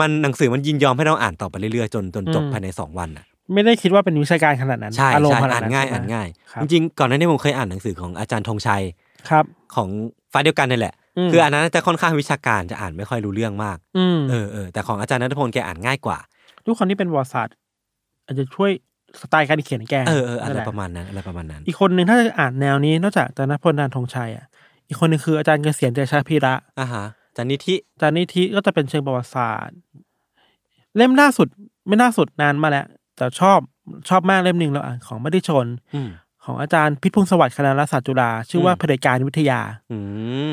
Speaker 1: มันหนังสือมันยินยอมให้เราอ่านต่อไปเรื่อยๆจนจนจบภายในสองวันอ่ะ
Speaker 2: ไม่ได้คิดว่าเป็นวิชาการขนาดนั้น
Speaker 1: ใช่
Speaker 2: อารม
Speaker 1: ใช่
Speaker 2: ณ์ขนาด
Speaker 1: อ่าน
Speaker 2: นั้น
Speaker 1: ง่าย
Speaker 2: ใช่
Speaker 1: อ่าน
Speaker 2: ไหม
Speaker 1: ง่าย
Speaker 2: ครับ
Speaker 1: จริงๆ ก่อนหน้านี้ผมเคยอ่านหนังสือของอาจารย์ธงชัย
Speaker 2: ครับ
Speaker 1: ของฟ้าเดียวกันนี่แหละ
Speaker 2: อืม
Speaker 1: คืออันนั้นจะค่อนข้างวิชาการจะอ่านไม่ค่อยรู้เรื่องมาก
Speaker 2: อืม
Speaker 1: เออเออแต่ของอาจารย์นัทพลแกอ่านง่ายกว่า
Speaker 2: ทุกคนที่เป็นประวัติศาสตร์อาจจะช่วยสไตล์การเขียนแก
Speaker 1: เออเอออะ
Speaker 2: นั่
Speaker 1: ไร
Speaker 2: นแหล
Speaker 1: ประมาณนั้นอะไรประมาณนั้น
Speaker 2: อีกคนหนึ่งถ้าจะอ่านแนวนี้นอกจากอาจารย์นพดานธงชัยอ่ะอีกคนหนึ่งคืออาจารย์เกษียณเดชาพีระ
Speaker 1: อ่าฮะจันนิธิ
Speaker 2: อาจารย์นิธิก็จะเป็นเชิงประวัติศาสตร์ เล่มล่าสุดไม่ล่าสุดนานมาแล้วแต่ชอบชอบมากเล่มหนึ่งเราอ่านของมติชน
Speaker 1: อืม
Speaker 2: ของอาจารย์พิษพงศ์สวัสดิ์คณะรัฐศาสตร์จุฬาชื่อว่า
Speaker 1: อืม
Speaker 2: เผด็จการวิทยา
Speaker 1: อื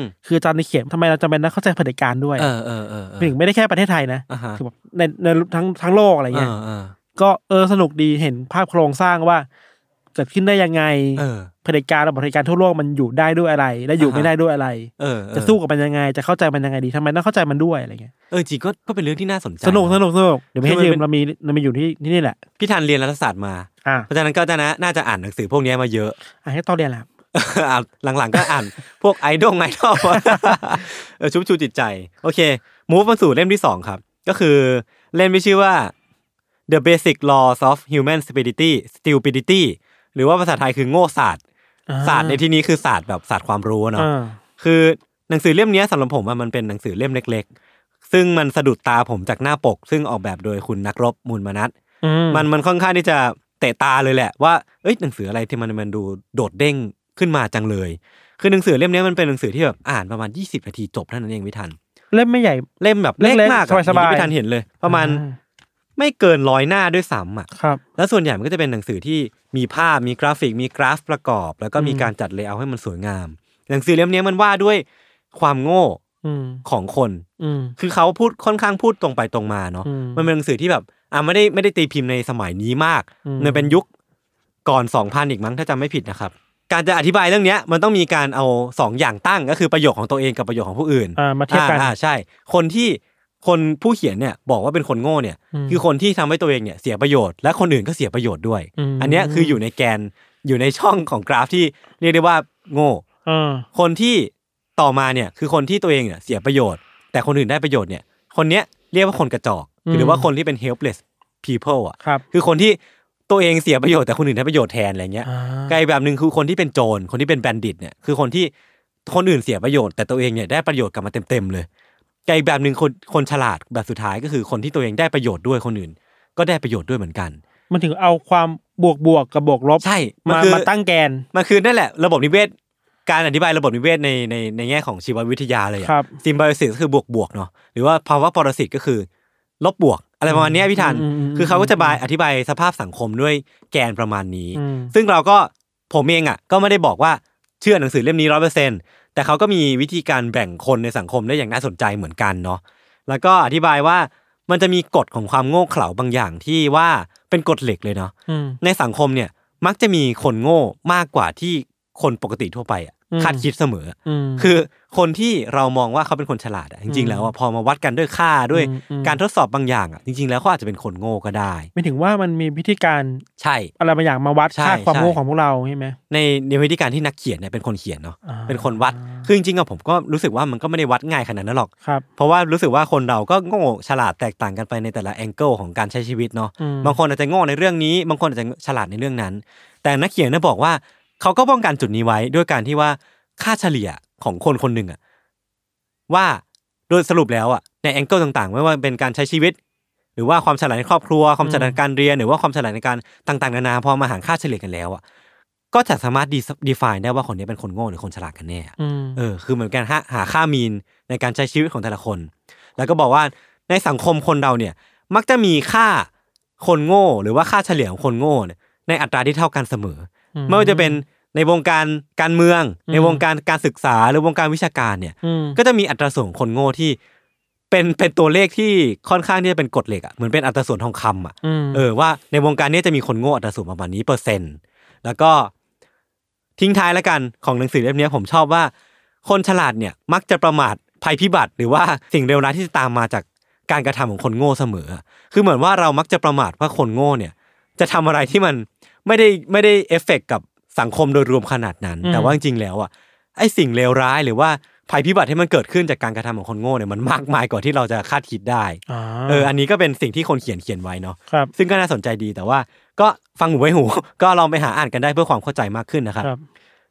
Speaker 1: ม
Speaker 2: คืออาจารย์ในเขียนทำไมเราจำเป็นต้องเข้าใจเผด็จการด้วย
Speaker 1: เออเออเออเออ
Speaker 2: ถึงไม่ได้แค่ประเทศไทยนะ
Speaker 1: อ่าฮะ
Speaker 2: คือแบบในในทั้งทั้งโลกอะไร
Speaker 1: เอ
Speaker 2: เงี้ย
Speaker 1: อเออ
Speaker 2: ก็เออสนุกดีเห็นภาพโครงสร้างว่า เกิดขึ้นได้ยังไง
Speaker 1: เออ
Speaker 2: เผด็จการระบบเผด็จการทั่วโลกมันอยู่ได้ด้วยอะไร และอยู่
Speaker 1: อ่าฮะ
Speaker 2: ไม่ได้ด้วยอะไร
Speaker 1: เออเออ
Speaker 2: จะสู้กับมันยังไง จะเข้าใจมันยังไงดีทำไมต้องเข้าใจมันด้วยอะไรเงี้ย
Speaker 1: เออจริงก็ก็เป็นเรื่องที่น่าสนใจ
Speaker 2: สนุกสนุกสนุกเดี๋ยวไม่ให้ยื
Speaker 1: คือน
Speaker 2: ม
Speaker 1: ป็น
Speaker 2: เรามีเรามีอยู่ที่ที่นี่แหละ
Speaker 1: พี่ทันเรียนรัฐศาสตร์มา
Speaker 2: อ่ะ
Speaker 1: เพราะฉะนั้นก็จะนะน่าจะอ่านหนังสือพวกเนี้ยมาเยอะ
Speaker 2: อ่ะให้ตอนเรียนแหละ
Speaker 1: อ่ะหลังๆก็อ่าน พวกไอดองไอดอล เออชุบชูจิตใจ โอเคมูฟมาสู่เล่มที่สองครับ ก็คือเล่มที่ชื่อว่า The Basic Laws of Human Stupidity Stupidity หรือว่าภาษาไทยคือโง่ศาสตร์
Speaker 2: อ่
Speaker 1: ศาสตร์ในที่นี้คือศาสตร์แบบศาสตร์ความรู้เนาะ
Speaker 2: อ่า
Speaker 1: คือหนังสือเล่มเนี้ยสำหรับผมอะมันเป็นหนังสือเล่มเล็ก ๆ ซึ่งมันสะดุดตาผมจากหน้าปก ซึ่งออกแบบโดยคุณนักรบมูลมานัท
Speaker 2: อื
Speaker 1: มันมันค่อนข้างที่จะเตะตาเลยแหละว่าเอ้ยหนังสืออะไรที่มันมันดูโดดเด้งขึ้นมาจังเลย คือหนังสือเล่มเนี้ยมันเป็นหนังสือที่แบบอ่านประมาณ 20 นาทีจบเท่านั้นเองพี่ทัน
Speaker 2: เล่มไม่ใหญ่
Speaker 1: เล่มแบบ
Speaker 2: เล็
Speaker 1: เล็
Speaker 2: ก
Speaker 1: ก
Speaker 2: ๆ
Speaker 1: มากอะ
Speaker 2: สบาย
Speaker 1: อ
Speaker 2: ๆ
Speaker 1: งที่พี่ทันเห็นเลย ประมาณ
Speaker 2: อ่
Speaker 1: ไม่เกินร้อยหน้าด้วยซ้ำอ่ะ
Speaker 2: ครับ
Speaker 1: แล้วส่วนใหญ่มันก็จะเป็นหนังสือที่มีภาพมีกราฟิกมีกราฟประกอบ แล้วก็มี
Speaker 2: อืม
Speaker 1: การจัดเลเยอร์ให้มันสวยงาม หนังสือเล่มเนี้ยมันว่าด้วยความโง่
Speaker 2: อืม
Speaker 1: ของคน
Speaker 2: อืม
Speaker 1: คือเขาพูดค่อนข้างพูดตรงไปตรงมาเนาะ
Speaker 2: อืม
Speaker 1: มันเป็นหนังสือที่แบบอ่ะไม่ได้ไม่ได้ตีพิมพ์ในสมัยนี้มาก
Speaker 2: อืม
Speaker 1: มันเป็นยุคก่อนสองพันอีกมั้งถ้าจำไม่ผิดนะครับ การจะอธิบายเรื่องเนี้ยมันต้องมีการเอาสองอย่างตั้งก็คือประโยคของตัวเองกับประโยคของผู้อื่น
Speaker 2: อ่ามาเทียบกัน
Speaker 1: อ่าใช่ คนที่คนผู้เขียนเนี่ยบอกว่าเป็นคนโง่เนี่ย
Speaker 2: อืม
Speaker 1: คือคนที่ทำให้ตัวเองเนี่ยเสียประโยชน์และคนอื่นก็เสียประโยชน์ด้วย
Speaker 2: อืม
Speaker 1: อันเนี้ยคืออยู่ในแกนอยู่ในช่องของกราฟที่เรียกได้ว่าโง่
Speaker 2: เออ
Speaker 1: คนที่ต่อมาเนี่ยคือคนที่ตัวเองเนี่ยเสียประโยชน์ แต่คนอื่นได้ประโยชน์เนี่ยคนเนี้ยเรียกว่าคนกระจอก
Speaker 2: อืม
Speaker 1: หรือว่าคนที่เป็น helpless people อ่ะ
Speaker 2: ครับ
Speaker 1: คือคนที่ตัวเองเสียประโยชน์แต่คนอื่นได้ประโยชน์แทนอะไรเงี้ย
Speaker 2: อ่า
Speaker 1: ไกลแบบหนึ่งคือคนที่เป็นโจรคนที่เป็นแบนดิตเนี่ยคือคนที่คนอื่นเสียประโยชน์แต่ตัวเองเนี่ยได้ประโยชน์กลับมาเต็มๆเลยไกลแบบหนึ่งคนคนฉลาดแบบสุดท้ายก็คือคนที่ตัวเองได้ประโยชน์ด้วยคนอื่น ก็ได้ประโยชน์ด้วยเหมือนกัน
Speaker 2: มันถึงเอาความบวกบวกกับบวกลบ
Speaker 1: ใช่มัน
Speaker 2: มา
Speaker 1: คือ
Speaker 2: มาตั้งแกน
Speaker 1: มันคือนั่นแหละระบบนิเวศ การอธิบายระบบนิเวศในในในแง่ของชีววิทยาเลยอะ
Speaker 2: ครับ
Speaker 1: ซิมไบโอซิสก็คือบวกบวกๆเนาะหรือว่าภาวะปรสิตก็คือ ลบบวก อะไรประมาณเนี้ยพี่ทัน
Speaker 2: อืมอืมอืม
Speaker 1: คือเขาก็จะบายอธิบายสภาพสังคมด้วยแกนประมาณนี้
Speaker 2: อืม
Speaker 1: ซึ่งเราก็ผมเองอ่ะ ก็ไม่ได้บอกว่าเชื่อหนังสือเล่มนี้ร้อเปอร์เซ็นแต่เขาก็มีวิธีการแบ่งคนในสังคมได้อย่างน่าสนใจเหมือนกันเนาะแล้วก็อธิบายว่ามันจะมีกฎของความโง่เขลาบางอย่างที่ว่าเป็นกฎเหล็กเลยเนาะ
Speaker 2: อืม
Speaker 1: ในสังคมเนี่ยมักจะมีคนโง่มากกว่าที่คนปกติทั่วไปอะ
Speaker 2: อืม
Speaker 1: คาดคิดเสมอ
Speaker 2: อืม
Speaker 1: คือคนที่เรามองว่าเขาเป็นคนฉลาดอะจริง ๆ แล้วอะพอมาวัดกันด้วยค่าด้วย
Speaker 2: อืมอืม
Speaker 1: การทดสอบบางอย่างอะจริง ๆ แล้วเขาอาจจะเป็นคนโง่ก็ได้
Speaker 2: ไม่ถึงว่ามันมีวิธีการ
Speaker 1: ใช่
Speaker 2: อะไรบางอย่างมาวัด
Speaker 1: ใช่
Speaker 2: ค่าความ
Speaker 1: ใช่
Speaker 2: โง่ของพวกเราใช่ไหม
Speaker 1: ในในวิธีการที่นักเขียนเนี่ยเป็นคนเขียนเนาะ
Speaker 2: อ่า
Speaker 1: เป็นคนวัดคือจริงๆอะผมก็รู้สึกว่ามันก็ไม่ได้วัดง่ายขนาดนั้นหรอก
Speaker 2: ครับ
Speaker 1: เพราะว่ารู้สึกว่าคนเราก็โง่ฉลาดแตกต่างกันไปในแต่ละแองเกิลของการใช้ชีวิตเนาะ
Speaker 2: อืม
Speaker 1: บางคนอาจจะโง่ในเรื่องนี้ บางคนอาจจะฉลาดในเรื่องนั้น แต่นักเขียนน่ะบอกว่าเขาก็ป้องกันจุดนี้ไว้ด้วยการที่ว่าค่าเฉลี่ยของคนคนหนึ่งอะว่าโดยสรุปแล้วอะในแองเกิลต่างๆ ไม่ว่าเป็นการใช้ชีวิต หรือว่าความฉลาดในครอบครัว ความฉลาดในการเรียน หรือว่าความฉลาดในการต่างๆนานาพอมาหารค่าเฉลี่ยกันแล้วอะก็จะสามารถดีฟายได้ว่าคนนี้เป็นคนโง่หรือคนฉลาดกันแน่อะ
Speaker 2: อืม
Speaker 1: เออคือเหมือนกันหาหาค่ามีนในการใช้ชีวิตของแต่ละคน แล้วก็บอกว่าในสังคมคนเราเนี่ย มักจะมีค่าคนโง่ หรือว่าค่าเฉลี่ยของคนโง่เนี่ยในอัตราที่เท่ากันเสมออไม่ว่าจะเป็นในวงการการเมือง ในวงการการศึกษาหรือวงการวิชาการเนี่ย
Speaker 2: อืม
Speaker 1: ก็จะมีอัตราส่วนของคนโง่ที่ เป็นเป็นตัวเลขที่ค่อนข้างที่จะเป็นกฎเหล็กอะเหมือนเป็นอัตราส่วนทองคำอะ
Speaker 2: อืม
Speaker 1: เออว่าในวงการเนี้จะมีคนโง่อัตราสูงประมาณนี้เปอร์เซ็นต์แล้วก็ทิ้งท้ายแล้วกันของหนังสือเล่มเนี้ยผมชอบว่า คนฉลาดเนี่ยมักจะประมาทภัยพิบัติ หรือว่าสิ่งเลวร้ายที่จะตามมาจากการกระทำของคนโง่เสมอ คือเหมือนว่าเรามักจะประมาทว่าคนโง่เนี่ย จะทำอะไรที่มันไม่ได้ไม่ได้เอฟเฟกกับสังคมโดยรวมขนาดนั้น
Speaker 2: อืม
Speaker 1: แต่ว่าจริงๆแล้วอ่ะไอ้สิ่งเลวร้ายหรือว่าภัยพิบัติที่มันเกิดขึ้นจากการกระทำของคนโง่เนี่ยมันมากมายกว่าที่เราจะคาดคิดได้
Speaker 2: อ่า
Speaker 1: เอออันนี้ก็เป็นสิ่งที่คนเขียนเขียนไว้เนาะ
Speaker 2: ครับ
Speaker 1: ซึ่งก็น่าสนใจดีแต่ว่าก็ฟังหูไว้หู ก็ลองไปหาอ่านกันได้เพื่อความเข้าใจมากขึ้นนะครับ
Speaker 2: ครับ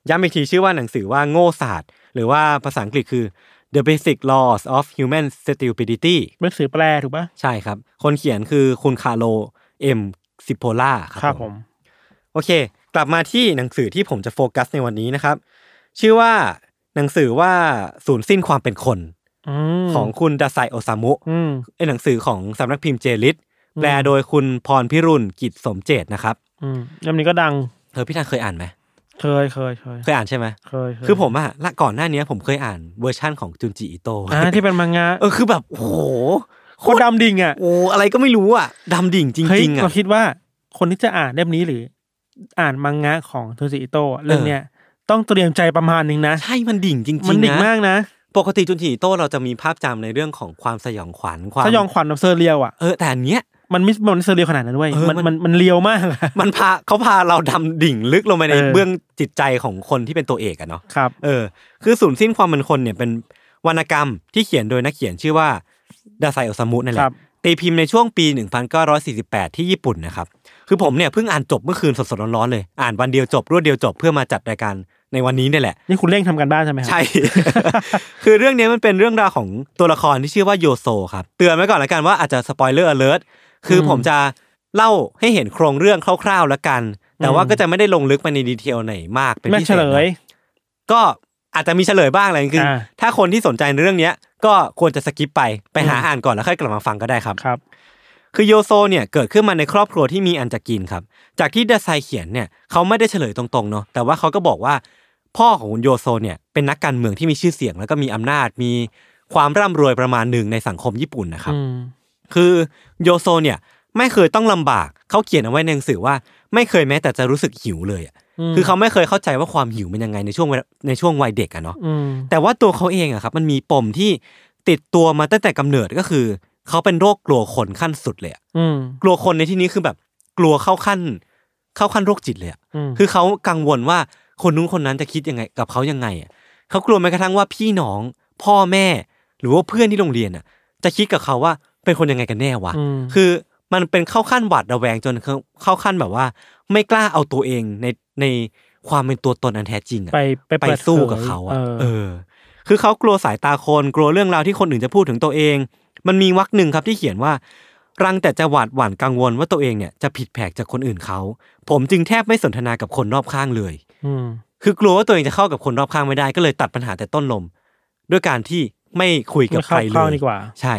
Speaker 1: ย้ำอีกทีชื่อว่าหนังสือว่าโง่ศาสตร์ หรือว่าภาษาอังกฤษคือ The Basic Laws of Human Stupidity
Speaker 2: เป็นสื่อแปลถูกปะ
Speaker 1: ใช่ครับ คนเขียนคือคุณคาโลเอ็มซิโพล่าครับ
Speaker 2: ครับ
Speaker 1: ผ
Speaker 2: ผม ม
Speaker 1: โอเค กลับมาที่หนังสือที่ผมจะโฟกัสในวันนี้นะครับ ชื่อว่าหนังสือว่าศูนย์สิ้นความเป็นคน
Speaker 2: อืม
Speaker 1: ของคุณดาไซโอซามุ
Speaker 2: อืม
Speaker 1: ไอ้หนังสือของสำนักพิมพ์เจลิต
Speaker 2: อืม
Speaker 1: แปลโดยคุณพรพิรุณกิจสมเจตนะครับ
Speaker 2: อืมเล่มนี้ก็ดัง
Speaker 1: เธอพี่ทางเคยอ่านไหม
Speaker 2: เคยเคยเคย
Speaker 1: เคยอ่านใช่ไหม
Speaker 2: เคยเย
Speaker 1: คือผมอะละก่อนหน้าเนี้ยผมเคยอ่านเวอร์ชั่นของจุนจิอิโต
Speaker 2: อ่าที่เป็นมังงะ
Speaker 1: เออคือแบบโอ้โห
Speaker 2: โคตรดำดิ่งอ่ะ
Speaker 1: โอ้อะไรก็ไม่รู้อะดำดิ่งจ
Speaker 2: เฮ้ย
Speaker 1: ริง ๆอะ
Speaker 2: เราคิดว่าคนที่จะอ่านเล่มนี้หรือ อ่านมังงะของโทซิอิโตะเรื่องเนี้ยต้องเตรียมใจประมาณนึงนะ
Speaker 1: ใช่มันดิ่งจริงๆ
Speaker 2: มันดิ่ง
Speaker 1: ะ
Speaker 2: มากนะ
Speaker 1: ปกติจุนจิอิโตเราจะมีภาพจำในเรื่องของความสยองขวัญความ
Speaker 2: ถ้ายองขวัญกับเซอร์เรียวอ่ะ
Speaker 1: เออแต่อันเนี้ย
Speaker 2: มันไม่มันไม่เซอร์เรียวขนาดนั้นเว้ย
Speaker 1: เออ
Speaker 2: มัน
Speaker 1: มัน
Speaker 2: มันมันเรียวมากอะ
Speaker 1: มันพาเขาพาเราดำดิ่งลึกลงไปใน
Speaker 2: เออ
Speaker 1: เบื้องจิตใจของคนที่เป็นตัวเอกอะเนาะ
Speaker 2: ครับ
Speaker 1: เออคือศูนย์สิ้นความเป็นคนเนี่ยเป็นวรรณกรรมที่เขียนโดยนักเขียนชื่อว่าดาไซโอซามุนั่นแห
Speaker 2: ค
Speaker 1: ละ
Speaker 2: รับ
Speaker 1: ตีพิมพ์ในช่วงปี 1948 ที่ญี่ปุ่นนะครับ คือผมเนี่ยเพิ่งอ่านจบเมื่อคืนสดๆร้อนๆเลย อ่านวันเดียวจบรวดเดียวจบเพื่อมาจัดรายการในวันนี้เนี่ยแหละ
Speaker 2: นี่คุณเร่งทำกันบ้านใช่ไหมครับ
Speaker 1: ใช่ คือเรื่องเนี้ยมันเป็นเรื่องราวของตัวละครที่ชื่อว่าโยโซครับ เตือนไว้ก่อนละกันว่าอาจจะสปอยเลอร์อเลิร์คือผมจะเล่าให้เห็นโครงเรื่องคร่าวๆละกัน แต่ว่าก็จะไม่ได้ลงลึกไปในดีเทลไหนมากเป็น
Speaker 2: ไม่
Speaker 1: พิ
Speaker 2: เฉ
Speaker 1: เศษ
Speaker 2: ล
Speaker 1: นะ
Speaker 2: ย
Speaker 1: ก็อาจจะมีเฉลยบ้างอะไรคืออา ถ้าคนที่สนใจในเรื่องเนี้ย ก็ควรจะสกิปไปไปหาอ่านก่อนแล้วค่อยกลับมาฟังก็ได้ครับ
Speaker 2: ครับ
Speaker 1: คือโยโซเนี่ยเกิดขึ้นมาในครอบครัวที่มีอันจะกินครับ จากที่ดาไซเขียนเนี่ยเขาไม่ได้เฉลยตรงๆเนาะแต่ว่าเขาก็บอกว่า พ่อของคุณโยโซเนี่ยเป็นนักการเมืองที่มีชื่อเสียง แล้วก็มีอำนาจมีความร่ำรวยประมาณหนึ่งในสังคมญี่ปุ่นนะครับ
Speaker 2: อืม
Speaker 1: คือโยโซเนี่ยไม่เคยต้องลำบากเขาเขียนเอาไว้ในหนังสือว่า ไม่เคยแม้แต่จะรู้สึกหิวเลยอะ
Speaker 2: อืม
Speaker 1: คือเขาไม่เคยเข้าใจว่าความหิวเป็นยังไงในช่วงเวลาในช่วงวัยเด็กอะเนาะ
Speaker 2: อืม
Speaker 1: แต่ว่าตัวเขาเองอะครับมันมีปมที่ติดตัวมาตั้งแต่กำเนิดก็คือ เขาเป็นโรคกลัวคนขั้นสุดเลยอะ
Speaker 2: อืม
Speaker 1: กลัวคนในที่นี้คือแบบกลัวเข้าขั้น เข้าขั้นโรคจิตเลยอะ
Speaker 2: อืม
Speaker 1: คือเขากังวลว่าคนนู้นคนนั้นจะคิดยังไงกับเขายังไงอะเขากลัวแม้กระทั่งว่าพี่น้อง พ่อแม่ หรือว่าเพื่อนที่โรงเรียนอะจะคิดกับเขาว่าเป็นคนยังไงกันแน่วะ
Speaker 2: ม
Speaker 1: คือมันเป็นเข้าขั้นหวาดระแวงจนเขาเข้าขั้นแบบว่า ไม่กล้าเอาตัวเองในในความเป็นตัวตนอันแท้จริงอะ
Speaker 2: ไปไป
Speaker 1: ไป
Speaker 2: เปิด
Speaker 1: สู้
Speaker 2: ผย
Speaker 1: กับเขา
Speaker 2: เอ
Speaker 1: อ่ะ
Speaker 2: อ
Speaker 1: เออ คือเขากลัวสายตาคน กลัวเรื่องราวที่คนอื่นจะพูดถึงตัวเอง มันมีวรรคหนึ่งครับที่เขียนว่า รังแต่จะหวาดหวั่นกังวลว่าตัวเองเนี่ยจะผิดแผกจากคนอื่นเขา ผมจึงแทบไม่สนทนากับคนรอบข้างเลย
Speaker 2: อืม
Speaker 1: คือกลัวว่าตัวเองจะเข้ากับคนรอบข้างไม่ได้ ก็เลยตัดปัญหาแต่ต้นลม ด้วยการที่ไม่คุยกับ
Speaker 2: ไม่
Speaker 1: ใค
Speaker 2: เข้าร
Speaker 1: เล
Speaker 2: เข้าย ดีกว่า
Speaker 1: ใช่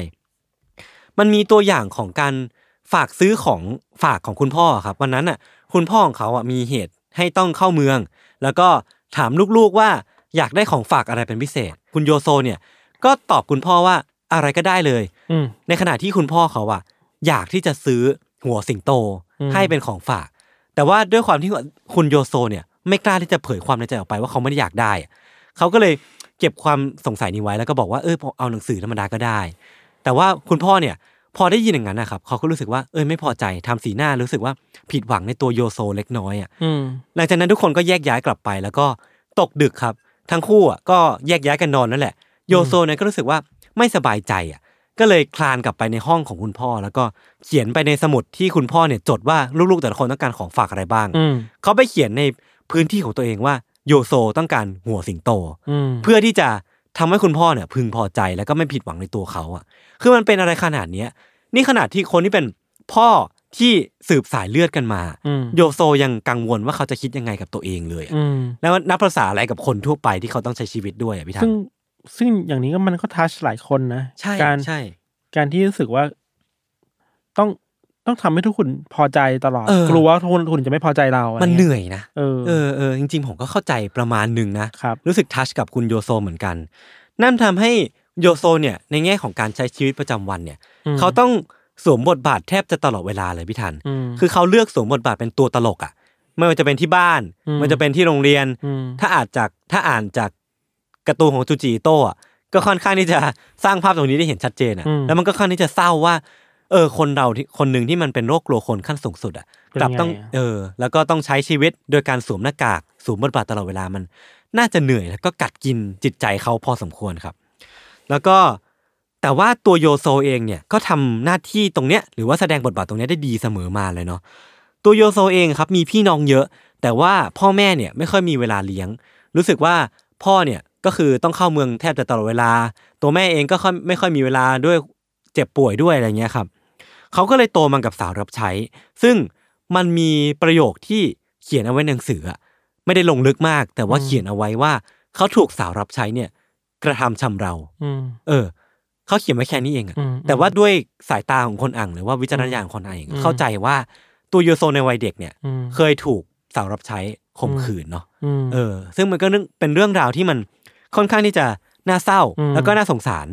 Speaker 1: มันมีตัวอย่างของการฝากซื้อของฝากของคุณพ่อครับ วันนั้นอ่ะ คุณพ่อของเขาอ่ะมีเหตุให้ต้องเข้าเมือง แล้วก็ถามลูกๆว่าอยากได้ของฝากอะไรเป็นพิเศษ คุณโยโซเนี่ย ก็ตอบคุณพ่อว่าอะไรก็ได้เลย
Speaker 2: อืม
Speaker 1: ในขณะที่คุณพ่อเขาอะอยากที่จะซื้อหัวสิงโต
Speaker 2: อืม
Speaker 1: ให้เป็นของฝาก แต่ว่าด้วยความที่คุณโยโซเนี่ยไม่กล้าที่จะเผยความในใจออกไปว่าเขาไม่ได้อยากได้อะ เขาก็เลยเก็บความสงสัยนี้ไว้แล้วก็บอกว่าเออเอาหนังสือธรรมดาก็ได้ แต่ว่าคุณพ่อเนี่ย พอได้ยินอย่างนั้นนะครับเขาก็รู้สึกว่าเออไม่พอใจทำสีหน้ารู้สึกว่าผิดหวังในตัวโยโซเล็กน้อยอ่ะ
Speaker 2: อืม
Speaker 1: หลังจากนั้นทุกคนก็แยกย้ายกลับไป แล้วก็ตกดึกครับ ทั้งคู่อ่ะก็แยกย้ายกันนอนนั่นแหละโยโซเนี่ยก็รู้สึกว่าไม่สบายใจอ่ะก็เลยคลานกลับไปในห้องของคุณพ่อ แล้วก็เขียนไปในสมุดที่คุณพ่อเนี่ยจดว่าลูกๆแต่ละคนต้องการของฝากอะไรบ้าง
Speaker 2: อืม
Speaker 1: เขาไปเขียนในพื้นที่ของตัวเองว่าโยโซต้องการหัวสิงโต
Speaker 2: อืม
Speaker 1: เพื่อที่จะทำให้คุณพ่อเนี่ยพึงพอใจแล้วก็ไม่ผิดหวังในตัวเขาอ่ะ คือมันเป็นอะไรขนาดเนี้ยนี่ขนาดที่คนที่เป็นพ่อที่สืบสายเลือดกันมา
Speaker 2: อืม
Speaker 1: โยโซยังกังวลว่าเขาจะคิดยังไงกับตัวเองเลยอะ
Speaker 2: อืม
Speaker 1: แล้วนับภาษาอะไรกับคนทั่วไปที่เขาต้องใช้ชีวิตด้วยอะพี่ทั
Speaker 2: ซึ่
Speaker 1: น
Speaker 2: งซึ่งอย่างนี้ก็มันก็ทัชหลายคนนะ
Speaker 1: ใช่
Speaker 2: การ
Speaker 1: ใช่
Speaker 2: การที่รู้สึกว่า ต้องต้องทำให้ทุกคนพอใจตลอด
Speaker 1: เออ
Speaker 2: กลัวว่าทุกคนทุกคนจะไม่พอใจเราอะไร
Speaker 1: มันเห
Speaker 2: เงี้ย
Speaker 1: นื่อยนะ
Speaker 2: เออ
Speaker 1: เออเออจริง ๆ ผมก็เข้าใจประมาณหนึ่งนะ
Speaker 2: ครับ
Speaker 1: รู้สึกทัชกับคุณโยโซเหมือนกัน นั่นทำให้โยโซเนี่ยในแง่ของการใช้ชีวิตประจำวันเนี่ย
Speaker 2: ม
Speaker 1: เขาต้องสวมบทบาทแทบจะตลอดเวลาเลยพี่ทัน
Speaker 2: ม
Speaker 1: คือเขาเลือกสวมบทบาทเป็นตัวตลกอ่ะ ไม่ว่าจะเป็นที่บ้าน
Speaker 2: อืม
Speaker 1: มันจะเป็นที่โรงเรียน
Speaker 2: ม
Speaker 1: ถ้าอ่านจากถ้าอ่านจากการ์ตูนของจูจิอิโต้อะก็ค่อนข้างที่จะสร้างภาพตรงนี้ได้เห็นชัดเจนอะ
Speaker 2: อืม
Speaker 1: แล้วมันก็ค่อนข้างที่จะเศร้าว่า เออคนเราที่คนหนึ่งที่มันเป็นโรคกลัวคนขั้นสูงสุดอะ
Speaker 2: เป็น
Speaker 1: กลับต้อง
Speaker 2: ไงอะ
Speaker 1: เออ แล้วก็ต้องใช้ชีวิตโดยการสวมหน้ากากสวมบทบาทตลอดเวลามัน น่าจะเหนื่อยแล้วก็กัดกินจิตใจเขาพอสมควรครับ แล้วก็แต่ว่าตัวโยโซเองเนี่ยก็ทำหน้าที่ตรงเนี้ยหรือว่าแสดงบทบาทตรงเนี้ยได้ดีเสมอมาเลยเนาะตัวโยโซเองครับมีพี่น้องเยอะ แต่ว่าพ่อแม่เนี่ยไม่ค่อยมีเวลาเลี้ยง รู้สึกว่าพ่อเนี่ยก็คือต้องเข้าเมืองแทบจะตลอดเวลา ตัวแม่เองก็ค่อยไม่ค่อยมีเวลาด้วยเจ็บป่วยด้วยอะไรเงี้ยครับเขาก็เลยโตมากับสาวรับใช้ ซึ่งมันมีประโยคที่เขียนเอาไว้ในหนังสืออะไม่ได้ลงลึกมาก แต่ว่าเขียนเอาไว้ว่าเขาถูกสาวรับใช้เนี่ยกระทำชำเรา
Speaker 2: อืม
Speaker 1: เออเขาเขียนไว้แค่นี้เองอะ
Speaker 2: อืม
Speaker 1: แต่ว่าด้วยสายตาของคนอ่านหรือว่าวิจารณญาณของคนอ่านเอง
Speaker 2: อืม
Speaker 1: เข้าใจว่าตัวโยโซในวัยเด็กเนี่ย
Speaker 2: อืม
Speaker 1: เคยถูกสาวรับใช้ข่มขืนเนาะ
Speaker 2: ม
Speaker 1: เออ ซึ่งมันก็เรื่องเป็นเรื่องราวที่มันค่อนข้างที่จะน่าเศร้า
Speaker 2: อืม
Speaker 1: แล้วก็น่าสงสาร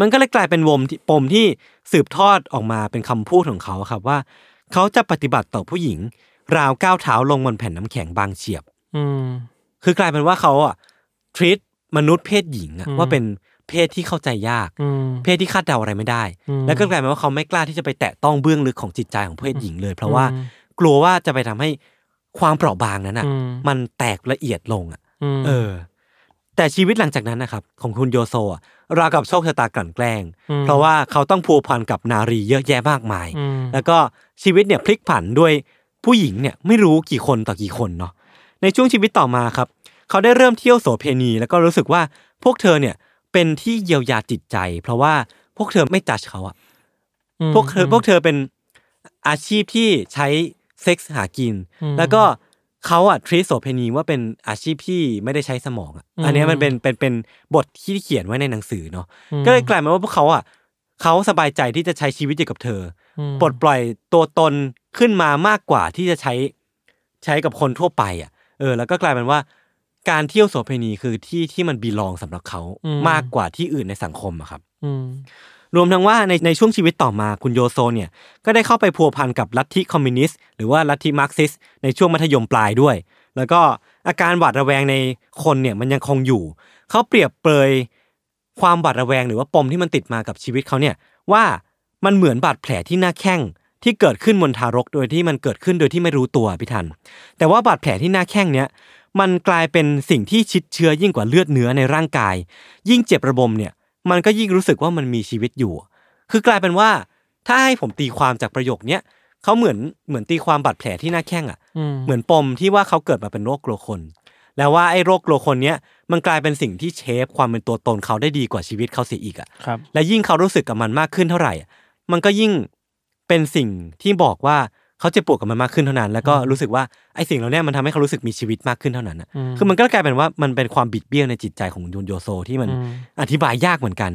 Speaker 1: มันก็เลยกลายเป็นวมที่ปมที่สืบทอดออกมาเป็นคำพูดของเขาครับว่า เขาจะปฏิบัติต่อผู้หญิง ราวก้าวเท้าลงบนแผ่นน้ำแข็งบางเฉียบ
Speaker 2: อืม
Speaker 1: คือกลายเป็นว่าเขาอ่ะทรีตมนุษย์เพศหญิงอะ
Speaker 2: อืม
Speaker 1: ว่าเป็นเพศที่เข้าใจยาก
Speaker 2: อืม
Speaker 1: เพศที่คาดเดาอะไรไม่ได้
Speaker 2: อืม
Speaker 1: แล้วก็กลายเป็นว่าเขาไม่กล้าที่จะไปแตะต้องเบื้องลึกของจิตใจของเพศหญิงเลย เพราะว่า
Speaker 2: อืม
Speaker 1: กลัวว่าจะไปทำให้ความเปราะบางนั้นอ่ะ
Speaker 2: อื
Speaker 1: มันแตกละเอียดลงอ่ะ
Speaker 2: ม
Speaker 1: เออ แต่ชีวิตหลังจากนั้นนะครับ ของคุณโยโซอะราวกับโชคชะตากลั่นแกล้ง
Speaker 2: ม
Speaker 1: เพราะว่าเขาต้องพัวพันกับนารีเยอะแยะมากมาย
Speaker 2: อืม
Speaker 1: แล้วก็ชีวิตเนี่ยพลิกผันด้วยผู้หญิงเนี่ยไม่รู้กี่คนต่อกี่คนเนาะในช่วงชีวิตต่อมาครับ เขาได้เริ่มเที่ยวโสเพณีแล้วก็รู้สึกว่าพวกเธอเนี่ยเป็นที่เยียวยาจิตใจ เพราะว่าพวกเธอไม่จัดเขาอะพวกเธอพวกเธอเป็นอาชีพที่ใช้เซ็กส์หากิน
Speaker 2: อืม
Speaker 1: แล้วก็เขาอะทรีโสเพณีว่าเป็นอาชีพที่ไม่ได้ใช้สมองอะ
Speaker 2: อืม
Speaker 1: อันเนี้ยมันเป็นเป็นเป็นบทที่เขียนไว้ในหนังสือเนาะ
Speaker 2: อืม
Speaker 1: ก็เลยกลายมาว่าพวกเขาอะเขาสบายใจที่จะใช้ชีวิตอยู่กับเธอ
Speaker 2: อืม
Speaker 1: ปลดปล่อยตัวตนขึ้นมามากกว่าที่จะใช้ใช้กับคนทั่วไปอ่ะ เออ แล้วก็กลายเป็นว่า การเที่ยวโสเภณีคือที่ที่มันบีลองสำหรับเขามากกว่าที่อื่นในสังคมอะครับ
Speaker 2: อืม
Speaker 1: รวมทั้งว่าในในช่วงชีวิตต่อมาคุณโยโซเนี่ยก็ได้เข้าไปพัวพันกับลัทธิคอมมิวนิสต์หรือว่าลัทธิมาร์กซิสต์ในช่วงมัธยมปลายด้วย แล้วก็อาการหวาดระแวงในคนเนี่ยมันยังคงอยู่ เขาเปรียบเปรยความหวาดระแวงหรือว่าปมที่มันติดมากับชีวิตเขาเนี่ยว่ามันเหมือนบาดแผลที่หน้าแข้งที่เกิดขึ้นบนทารกโดยที่มันเกิดขึ้นโดยที่ไม่รู้ตัวพี่ทัน แต่ว่าบาดแผลที่หน้าแข้งเนี่ยมันกลายเป็นสิ่งที่ชิดเชื้อยิ่งกว่าเลือดเนื้อในร่างกาย ยิ่งเจ็บระบมเนี่ย มันก็ยิ่งรู้สึกว่ามันมีชีวิตอยู่ คือกลายเป็นว่า ถ้าให้ผมตีความจากประโยคเนี้ยเขาเหมือนเหมือนตีความบาดแผลที่หน้าแข้งอ่ะ
Speaker 2: อืม
Speaker 1: เหมือนปมที่ว่าเขาเกิดมาเป็นโรคกลัวคน แล้วว่าไอ้โรคกลัวคนเนี้ยมันกลายเป็นสิ่งที่เชฟความเป็นตัวตนเขาได้ดีกว่าชีวิตเขาเสียอีกอ่ะ
Speaker 2: ครับ
Speaker 1: และยิ่งเขารู้สึกกับมันมากขึ้นเท่าไหร่อะมันก็ยิ่งเป็นสิ่งที่บอกว่าเขาเจ็บปวดกับมันมากขึ้นเท่านั้น แล้วก็รู้สึกว่าไอ้สิ่งเหล่าเนี้ยมันทำให้เขารู้สึกมีชีวิตมากขึ้นเท่านั้นอะ
Speaker 2: อืม
Speaker 1: คือมันก็กลายเป็นว่ามันเป็นความบิดเบี้ยวในจิตใจของยุนโยโซที่มัน
Speaker 2: อืม
Speaker 1: อธิบายยากเหมือนกัน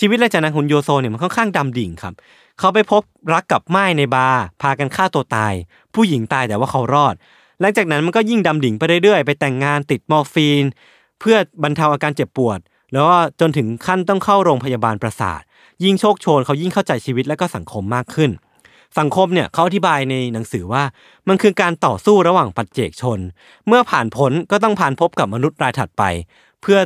Speaker 1: ชีวิตและจานังหุนโยโซเนี่ยมันค่อนข้างดำดิ่งครับ เขาไปพบรักกับไม้ในบาร์พากันฆ่าตัวตาย ผู้หญิงตายแต่ว่าเขารอด หลังจากนั้นมันก็ยิ่งดำดิ่งไปเรื่อยๆ ไปแต่งงานติดมอร์ฟีน เพื่อบรรเทาอาการเจ็บปวด แล้วก็จนถึงขั้นต้องเข้าโรงพยาบาลประสาท ยิ่งโชคโชนเขายิ่งเข้าใจชีวิตและก็สังคมมากขึ้น สังคมเนี่ยเขาอธิบายในหนังสือว่ามันคือการต่อสู้ระหว่างปัจเจกชน เมื่อผ่านพ้นก็ต้องผ่านพบกับมนุษย์รายถัดไป เพื่อ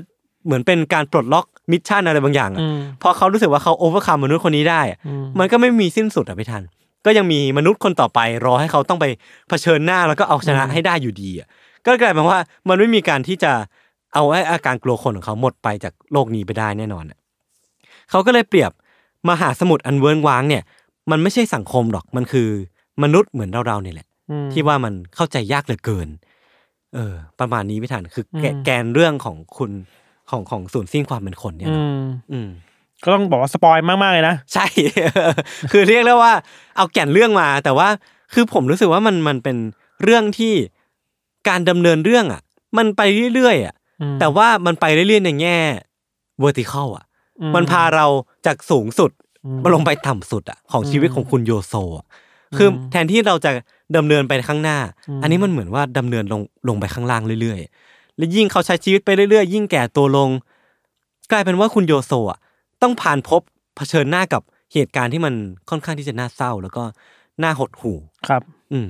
Speaker 1: เหมือนเป็นการปลดล็อกมิชชั่นอะไรบางอย่างอะ
Speaker 2: อืม
Speaker 1: พอเขารู้สึกว่าเขาโอเวอร์คัมมนุษย์คนนี้ได้อะ
Speaker 2: อืม
Speaker 1: มันก็ไม่มีสิ้นสุดอะพี่ทัน ก็ยังมีมนุษย์คนต่อไป รอให้เขาต้องไปเผชิญหน้าแล้วก็เอาชนะให้ได้อยู่ดีอะก็กลายเป็นว่ามันไม่มีการที่จะเอาไอ้อาการกลัวคนของเขาหมดไปจากโลกนี้ไปได้แน่นอนอะ เขาก็เลยเปรียบมหาสมุทรอันเวิร์งว้างเนี่ย มันไม่ใช่สังคมหรอกมันคือมนุษย์เหมือนเราๆเนี่ยแหละ
Speaker 2: อืม
Speaker 1: ที่ว่ามันเข้าใจยากเหลือเกิน เออ ประมาณนี้พี่ถันคือแก
Speaker 2: อืม
Speaker 1: แกนเรื่องของคุณของของศูนย์สิ้นความเป็นคนเนี่ย
Speaker 2: อื
Speaker 1: เนอะ
Speaker 2: ม
Speaker 1: อืม
Speaker 2: ก็ต้องบอกว่าสปอยมากๆเลยนะ
Speaker 1: ใช่ คือเรียกได้ว่าเอาแก่นเรื่องมา แต่ว่าคือผมรู้สึกว่ามันมันเป็นเรื่องที่การดำเนินเรื่องอ่ะ มันไปเรื่อยๆอ่ะ
Speaker 2: อืม
Speaker 1: แต่ว่ามันไปเรื่อยๆในแง่ vertical อ่ะ
Speaker 2: อื
Speaker 1: มันพาเราจากสูงสุด
Speaker 2: อืม
Speaker 1: มาลงไปต่ำสุดอ่ะของชีวิต
Speaker 2: อืม
Speaker 1: ของคุณโยโซอะคือแทนที่เราจะดำเนินไปข้างหน้า
Speaker 2: อืม
Speaker 1: อันนี้มันเหมือนว่าดำเนินลงลงไปข้างล่างเรื่อยๆ และยิ่งเขาใช้ชีวิตไปเรื่อยๆ ยิ่งแก่ตัวลง กลายเป็นว่าคุณโยโซอ่ะต้องผ่านพบเผชิญหน้ากับเหตุการณ์ที่มันค่อนข้างที่จะน่าเศร้า แล้วก็น่าหดหู่
Speaker 2: ครับ
Speaker 1: อืม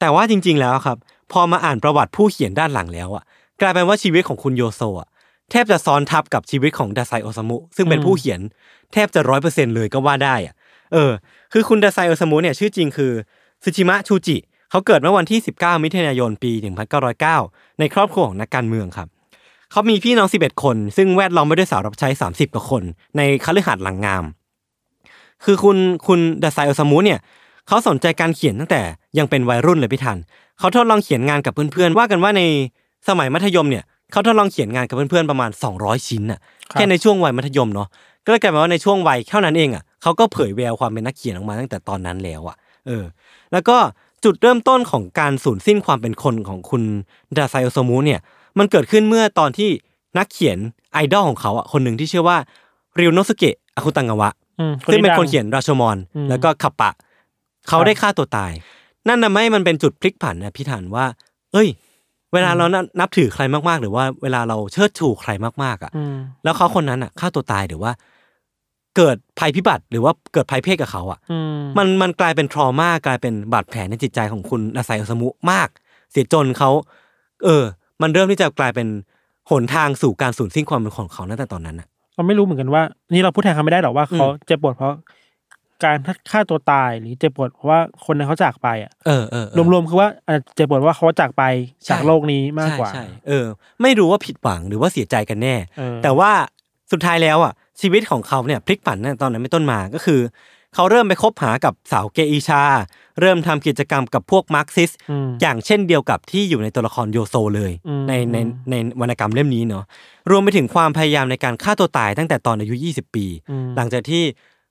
Speaker 1: แต่ว่าจริง ๆ แล้วครับ พอมาอ่านประวัติผู้เขียนด้านหลังแล้วอ่ะ กลายเป็นว่าชีวิตของคุณโยโซอ่ะแทบจะซ้อนทับกับชีวิตของดาไซโอซามุ ซึ่งเป็น
Speaker 2: อืม
Speaker 1: ผู้เขียน แทบจะร้อยเปอร์เซ็นเลยก็ว่าได้อ่ะ เออ คือคุณดาไซโอซามุเนี่ยชื่อจริงคือซึชิมะชูจิ เขาเกิดเมื่อวันที่ 19 มิถุนายนปี 1909 ในครอบครัวของนักการเมืองครับ เขามีพี่น้อง 11 คน ซึ่งแวดล้อมไปด้วยสาวรับใช้ 30 กว่าคน ในคฤหาสน์หลังงาม คือคุณคุณดาไซโอซามุเนี่ย เขาสนใจการเขียนตั้งแต่ยังเป็นวัยรุ่นเลยพี่ทัน เขาทดลองเขียนงานกับเพื่อนๆ ว่ากันว่าในสมัยมัธยมเนี่ย เขาทดลองเขียนงานกับเพื่อนๆ ประมาณ 200 ชิ้นน่ะ
Speaker 2: ครับ
Speaker 1: แค่ในช่วงวัยมัธยมเนาะ ก็เลยกลายเป็นว่าในช่วงวัยเท่านั้นเองอ่ะ เขาก็เผยแววความเป็นนักเขียนออกมาตั้งแต่ตอนนั้นแล้วอ่ะ เออ แล้วก็จุดเริ่มต้นของการสูญสิ้นความเป็นคนของคุณดาไซโอโซมูเนี่ย มันเกิดขึ้นเมื่อตอนที่นักเขียนไอดอลของเขาอ่ะ คนหนึ่งที่ชื่อว่าริวโนสเกะอาคุตังาวะ
Speaker 2: อืม
Speaker 1: ซึ่งเป็น
Speaker 2: ดั
Speaker 1: คนเขียนราชมอน
Speaker 2: อืม
Speaker 1: แล้วก็ขับปะ เขา
Speaker 2: ครับ
Speaker 1: ได้ฆ่าตัวตาย นั่นทำให้มันเป็นจุดพลิกผันนะพี่ฐานว่า เอ้ย เวลาเรานับนับถือใครมากๆ หรือว่าเวลาเราเชิดชูใครมากๆอ่ะ
Speaker 2: อืม
Speaker 1: แล้วเขาคนนั้นอ่ะฆ่าตัวตายหรือว่า เกิดภัยพิบัติหรือว่าเกิดภัยเพศกับเขาอ่ะ
Speaker 2: อืม
Speaker 1: มันมันกลายเป็นทรมากลายเป็นบาดแผลในจิตใจของคุณอาศัยอสมุมาก เสียจนเขา เออ มันเริ่มที่จะกลายเป็นหนทางสู่การสูญสิ้นความเป็นของเขาตั้งแต่ตอนนั้นอ่ะ
Speaker 2: เราไม่รู้เหมือนกันว่า นี่เราพูดแทนเขาไม่ได้หรอกว่า
Speaker 1: อืม
Speaker 2: เขาเจ็บปวดเพราะการฆ่าตัวตายหรือเจ็บปวดเพราะว่าคนนั้นเขาจากไปอ่ะ
Speaker 1: เออเออเออ
Speaker 2: รวมๆคือว่าอาจจะเจ็บปวดว่าเขาจากไปจาก
Speaker 1: ใช่
Speaker 2: โลกนี้มากกว่า
Speaker 1: ใช่ใช่เออ ไม่รู้ว่าผิดหวังหรือว่าเสียใจกันแน่
Speaker 2: เออ
Speaker 1: แต่ว่าสุดท้ายแล้วอ่ะ ชีวิตของเขาเนี่ยพลิกผันตั้งแต่ตอนนั้นเป็นต้นมาก็คือ เขาเริ่มไปคบหากับสาวเกอีชา เริ่มทำกิจกรรมกับพวกมาร์กซิสต์
Speaker 2: อืม
Speaker 1: อย่างเช่นเดียวกับที่อยู่ในตัวละครโยโซเลย
Speaker 2: อืม
Speaker 1: ในในในวรรณกรรมเล่มนี้เนาะรวมไปถึงความพยายามในการฆ่าตัวตายตั้งแต่ตอนอายุ 20 ปี
Speaker 2: อืม
Speaker 1: หลังจากที่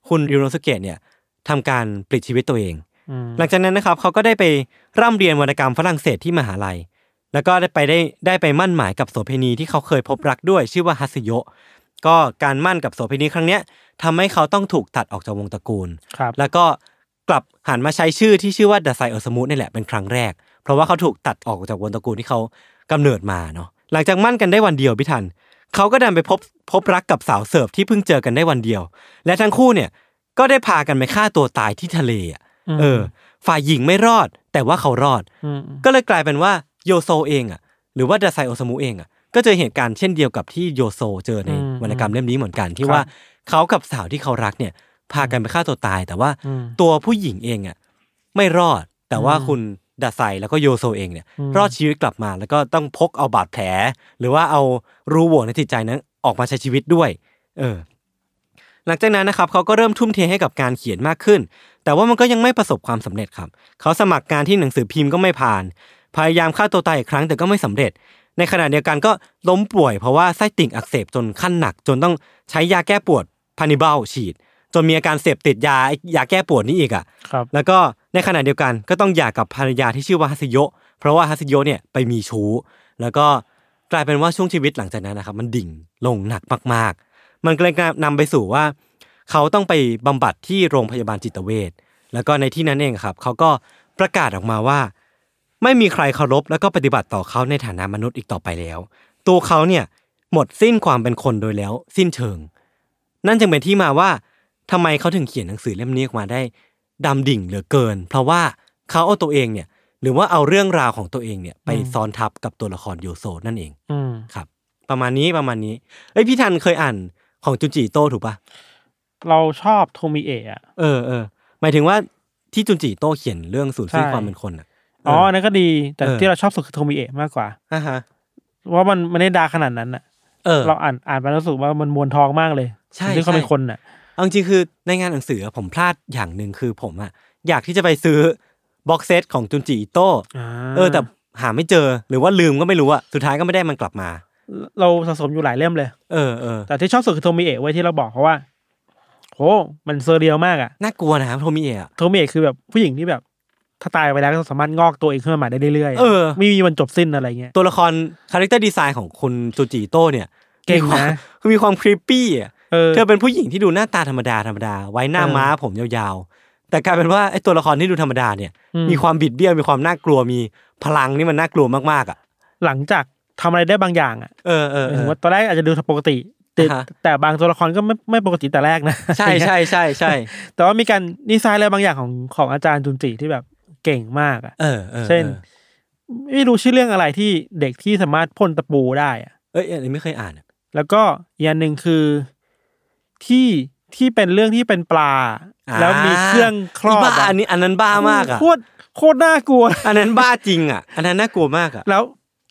Speaker 1: คุณริโนสเกะเนี่ยทำการปลิดชีวิตตัวเอง
Speaker 2: อืม
Speaker 1: หลังจากนั้นนะครับเขาก็ได้ไปร่ำเรียนวรรณกรรมฝรั่งเศสที่มหาลัย แล้วก็ได้ไปได้ได้ไปมั่นหมายกับโสเภณีที่เขาเคยพบรักด้วยชื่อว่าฮัสโยะก็การมั่นกับโสเภณีครั้งเนี้ยทำให้เขาต้องถูกตัดออกจากวงตระกูล
Speaker 2: ครับ
Speaker 1: แล้วก็กลับหันมาใช้ชื่อที่ชื่อว่าดาไซโอสมูทนี่แหละเป็นครั้งแรก เพราะว่าเขาถูกตัดออกจากวงตระกูลที่เขากำเนิดมาเนาะหลังจากมั่นกันได้วันเดียวพี่ทันเขาก็ดันไปพบพบรักกับสาวเสิร์ฟที่เพิ่งเจอกันได้วันเดียว และทั้งคู่เนี่ยก็ได้พากันไปฆ่าตัวตายที่ทะเลอะ เออฝ่ายหญิงไม่รอด แต่ว่าเขารอด
Speaker 2: ม
Speaker 1: ก็เลยกลายเป็นว่าโยโซเองอ่ะ หรือว่าดาไซโอซามุเองอ่ะ ก็เจอเหตุการณ์เช่นเดียวกับที่โยโซเจอในวรรณกรรมเล่มนี้เหมือนกันที่ว่าเขากับสาวที่เขารักเนี่ย พากันไปฆ่าตัวตาย แต่ว่า
Speaker 2: อืม
Speaker 1: ตัวผู้หญิงเองอ่ะไม่รอด แต่ว่าคุณดาไซแล้วก็โยโซเองเนี่ย
Speaker 2: อืม
Speaker 1: รอดชีวิตกลับมา แล้วก็ต้องพกเอาบาดแผล หรือว่าเอารูโหว่ในจิตใจนั้นออกมาใช้ชีวิตด้วย เออ หลังจากนั้นนะครับเขาก็เริ่มทุ่มเทให้กับการเขียนมากขึ้น แต่ว่ามันก็ยังไม่ประสบความสำเร็จครับ เขาสมัครงานที่หนังสือพิมพ์ก็ไม่ผ่าน พยายามฆ่าตัวตายอีกครั้งแต่ก็ไม่สำเร็จ ในขณะเดียวกันก็ล้มป่วยเพราะว่าไส้ติ่งอักเสบจนขั้นหนัก จนต้องใช้ยาแก้ปวดพานิบัลฉีด จนมีอาการเสพติดยาไอ้ยาแก้ปวดนี้อีกอ่ะ
Speaker 2: ครับ
Speaker 1: แล้วก็ในขณะเดียวกันก็ต้องหย่ากับภรรยาที่ชื่อว่าฮัสโยะเพราะว่าฮัสโยะเนี่ยไปมีชู้ แล้วก็กลายเป็นว่าช่วงชีวิตหลังจากนั้นนะครับ มันดิ่งลงหนักมากๆ มันก็เลยนำไปสู่ว่า เขาต้องไปบำบัดที่โรงพยาบาลจิตเวชแล้วก็ในที่นั้นเองครับ เขาก็ประกาศออกมาว่า ไม่มีใครเคารพแล้วก็ปฏิบัติต่อเขาในฐานะมนุษย์อีกต่อไปแล้ว ตัวเขาเนี่ยหมดสิ้นความเป็นคนโดยแล้ว สิ้นเชิง นั่นจึงเป็นที่มาว่าทำไมเขาถึงเขียนหนังสือเล่มนี้ออกมาได้ ดำดิ่งเหลือเกิน เพราะว่าเขาเอาตัวเองเนี่ย หรือว่าเอาเรื่องราวของตัวเองเนี่ย ไป
Speaker 2: อืม
Speaker 1: ซ้อนทับกับตัวละครโยโซนั่นเอง
Speaker 2: อืม
Speaker 1: ครับ ประมาณนี้ประมาณนี้เอ้ยพี่ทันเคยอ่านของจุนจิโต้ถูกปะ
Speaker 2: เราชอบโทมิเอะอะ
Speaker 1: เออเออหมายถึงว่าที่จุนจิโต้เขียนเรื่องสูตรซึ่ง
Speaker 2: ใช่
Speaker 1: ความเป็นคนอ่ะ
Speaker 2: อ๋ออันนั่นก็ดี แต่
Speaker 1: เออ
Speaker 2: ที่เราชอบสุดคือโทมิเอะมากกว่า
Speaker 1: อ่าฮะ
Speaker 2: ว่ามันมันได้ดาขนาดนั้นอะ
Speaker 1: เออ
Speaker 2: เราอ่านอ่านไปแล้วรู้สึกว่ามันมวนทองมากเลย
Speaker 1: ใช่
Speaker 2: ซึ่งเขาเป็น
Speaker 1: ใช่
Speaker 2: คนน่ะ
Speaker 1: เอาจริงๆคือในงานหนังสือผมพลาดอย่างหนึ่งคือผมอะอยากที่จะไปซื้อบ็อกเซตของจุนจิอิโต้เออแต่หาไม่เจอหรือว่าลืมก็ไม่รู้อะสุดท้ายก็ไม่ได้มันกลับมา
Speaker 2: เราสะสมอยู่หลายเล่มเลย
Speaker 1: เออเออ
Speaker 2: แต่ที่ชอบสุดคือโทมิเอะไว้ยที่เราบอกเขาว่า โห มันเซอร์เรียลมากอะ
Speaker 1: น่ากลัวนะครับโทมิเอะ
Speaker 2: โทมิเอะคือแบบผู้หญิงที่แบบ ถ้าตายไปแล้วก็สามารถงอกตัวเองขึ้นมาใหม่ได้เรื่อยๆะ
Speaker 1: เออ
Speaker 2: ไม่มีวันจบสิ้นอะไรเงี้ย
Speaker 1: ตัวละครคาแรคเตอร์ดีไซน์ของคุณจุนจิอิโต้เนี่ย
Speaker 2: เก่งนะ
Speaker 1: มีความมีความครีปปี้อะ
Speaker 2: เออ
Speaker 1: เธอเป็นผู้หญิงที่ดูหน้าตาธรรมดาธรรมดาไว้หน้า
Speaker 2: เออ
Speaker 1: ม้าผมยาวๆ แต่กลายเป็นว่าไอ้ตัวละครที่ดูธรรมดาเนี่ย
Speaker 2: อืม
Speaker 1: มีความบิดเบี้ยวมีความน่ากลัวมีพลังนี่มันน่ากลัวมากๆอะ
Speaker 2: หลังจากทำอะไรได้บางอย่างอะ
Speaker 1: เออเออ
Speaker 2: ห
Speaker 1: เอ
Speaker 2: มายถึ
Speaker 1: อ
Speaker 2: งว่าตอนแรกอาจจะดูปกติแต่
Speaker 1: อ่าฮะ
Speaker 2: แต่บางตัวละครก็ไม่ไม่ปกติแต่แรกนะ
Speaker 1: ใช่ใช่ใช่ใช่
Speaker 2: แต่ว่ามีการดีไซน์อะไรบางอย่างของของอาจารย์จุนจิที่แบบเก่งมากอะ
Speaker 1: เออออ
Speaker 2: เช่น
Speaker 1: ออ
Speaker 2: ไม่รู้ชื่อเรื่องอะไรที่เด็กที่สามารถพ่นตะปูได้อะ
Speaker 1: เอ้ยอันนี้ไม่เคยอ่านอะ
Speaker 2: แล้วก็อีกอันหนึ่งคือที่ที่เป็นเรื่องที่เป็นปลา
Speaker 1: อ่า
Speaker 2: แล้วมีเครื่องครอบ
Speaker 1: บ้าอันนี้อันนั้นบ้ามากอ่ะ
Speaker 2: โคตรโคตรน่ากลัว
Speaker 1: อันนั้นบ้าจริงอ่ะ อันนั้นน่ากลัวมากอ่ะ
Speaker 2: แล้ว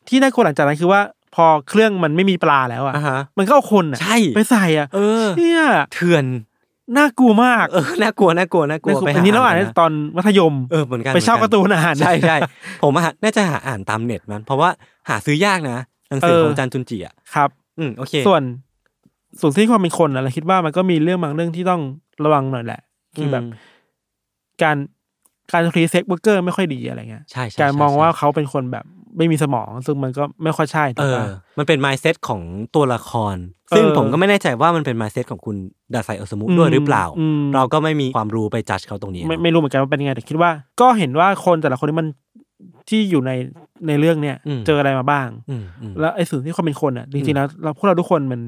Speaker 2: ที่น่ากลัวหลังจากนั้นคือว่า พอเครื่องมันไม่มีปลาแล้วอ่ะ
Speaker 1: อ่าฮะ
Speaker 2: มันก็เอาคนอ่ะ
Speaker 1: ใช่
Speaker 2: ไปใส่อ่ะ
Speaker 1: เออ
Speaker 2: เนี่ย
Speaker 1: เถื่อน
Speaker 2: น่ากลัวมาก
Speaker 1: เออน่ากลัวน่ากลัวน่ากลัว
Speaker 2: น่ากลัว
Speaker 1: ไปห
Speaker 2: อันนี้เราอ่าน
Speaker 1: กั
Speaker 2: ตอนมัธยม
Speaker 1: เออเหมือนกัน
Speaker 2: ไปเช่า
Speaker 1: หมื
Speaker 2: การ์ตูนอ่าน
Speaker 1: ใช่ใช่ผมอะน่าจะหาอ่านตามเน็ตมันเพราะว่าหาซื้อยากนะหนังสือ
Speaker 2: เออ
Speaker 1: ของอาจารย์จุนจิอ่ะ
Speaker 2: ครับ
Speaker 1: อืมโอเค
Speaker 2: ส่วนส่วนที่ความเป็นคนอะเราคิดว่ามันก็มีเรื่องบางเรื่องที่ต้องระวังหน่อยแหละคือแบบ
Speaker 1: ม
Speaker 2: การการทรีเซ็กเบอร์เกอร์ไม่ค่อยดีอะไรเงี้ย
Speaker 1: ใช่ใช่
Speaker 2: การ
Speaker 1: ใช่
Speaker 2: มอง
Speaker 1: ใช่
Speaker 2: ว่าเขาเป็นคนแบบไม่มีสมอง ซึ่งมันก็ไม่ค่อยใช่ถู
Speaker 1: เอก อ
Speaker 2: ปะ
Speaker 1: มันเป็น mindset ของตัวละคร ซึ่ง
Speaker 2: เออ
Speaker 1: ผมก็ไม่แน่ใจว่ามันเป็น mindset ของคุณดาไซโอสมุด้วยหรือเปล่า
Speaker 2: อืม
Speaker 1: เราก็ไม่มีความรู้ไปจัดเขาตรงนี้เน
Speaker 2: ไม่
Speaker 1: อะ
Speaker 2: ไม่รู้เหมือนกันว่าเป็นยังไงแต่คิดว่า ก็เห็นว่าคนแต่ละคนที่มันที่อยู่ในในเรื่องเนี้ย
Speaker 1: อืม
Speaker 2: เจออะไรมาบ้าง
Speaker 1: อืมอืม
Speaker 2: แล้วไอ้ส่วนที่ความเป็นคนอ่ะจริงๆแล้วเราพวกเราทุกคนมัน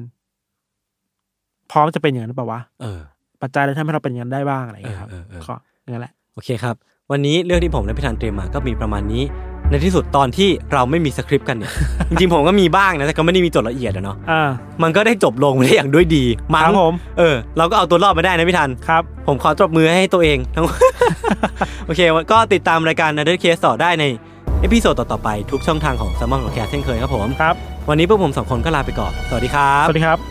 Speaker 2: พร้อมจะเป็นอย่างนั้นหรือเปล่าวะ
Speaker 1: เออ
Speaker 2: ปัจจัยอะไรทำให้เราเป็นอย่างนั้นได้บ้างอะไรเงี้ยครับ
Speaker 1: เออเออเออ
Speaker 2: ก็อย่างนั้นแหละ
Speaker 1: โอเคครับ วันนี้เรื่องที่ผมและพี่ธันเตรียมมาก็มีประมาณนี้ ในที่สุดตอนที่เราไม่มีสคริปต์กันเนี่ย จริงๆผมก็มีบ้างนะแต่ก็ไม่ได้มีจดละเอียดอะเนาะ
Speaker 2: อ่า
Speaker 1: มันก็ได้จบลงได้อย่างด้วยดีมั้
Speaker 2: ครั
Speaker 1: ง
Speaker 2: บผม
Speaker 1: เออ เราก็เอาตัวรอดมาได้นะพี่ธัน
Speaker 2: ครับ
Speaker 1: ผมขอตบมือให้ตัวเอง ทั้ง โอเคก็ติดตามรายการ n a d e r Case ต่อได้ในเอพิโซดต่อๆไปทุกช่องทางของ s ซ m o n Podcast เช่นเคยครับผม
Speaker 2: ครับ
Speaker 1: วันนี้พวกผมสองคนก็ลาไปก่อนสวัสดีครับ
Speaker 2: สวัสดีครับ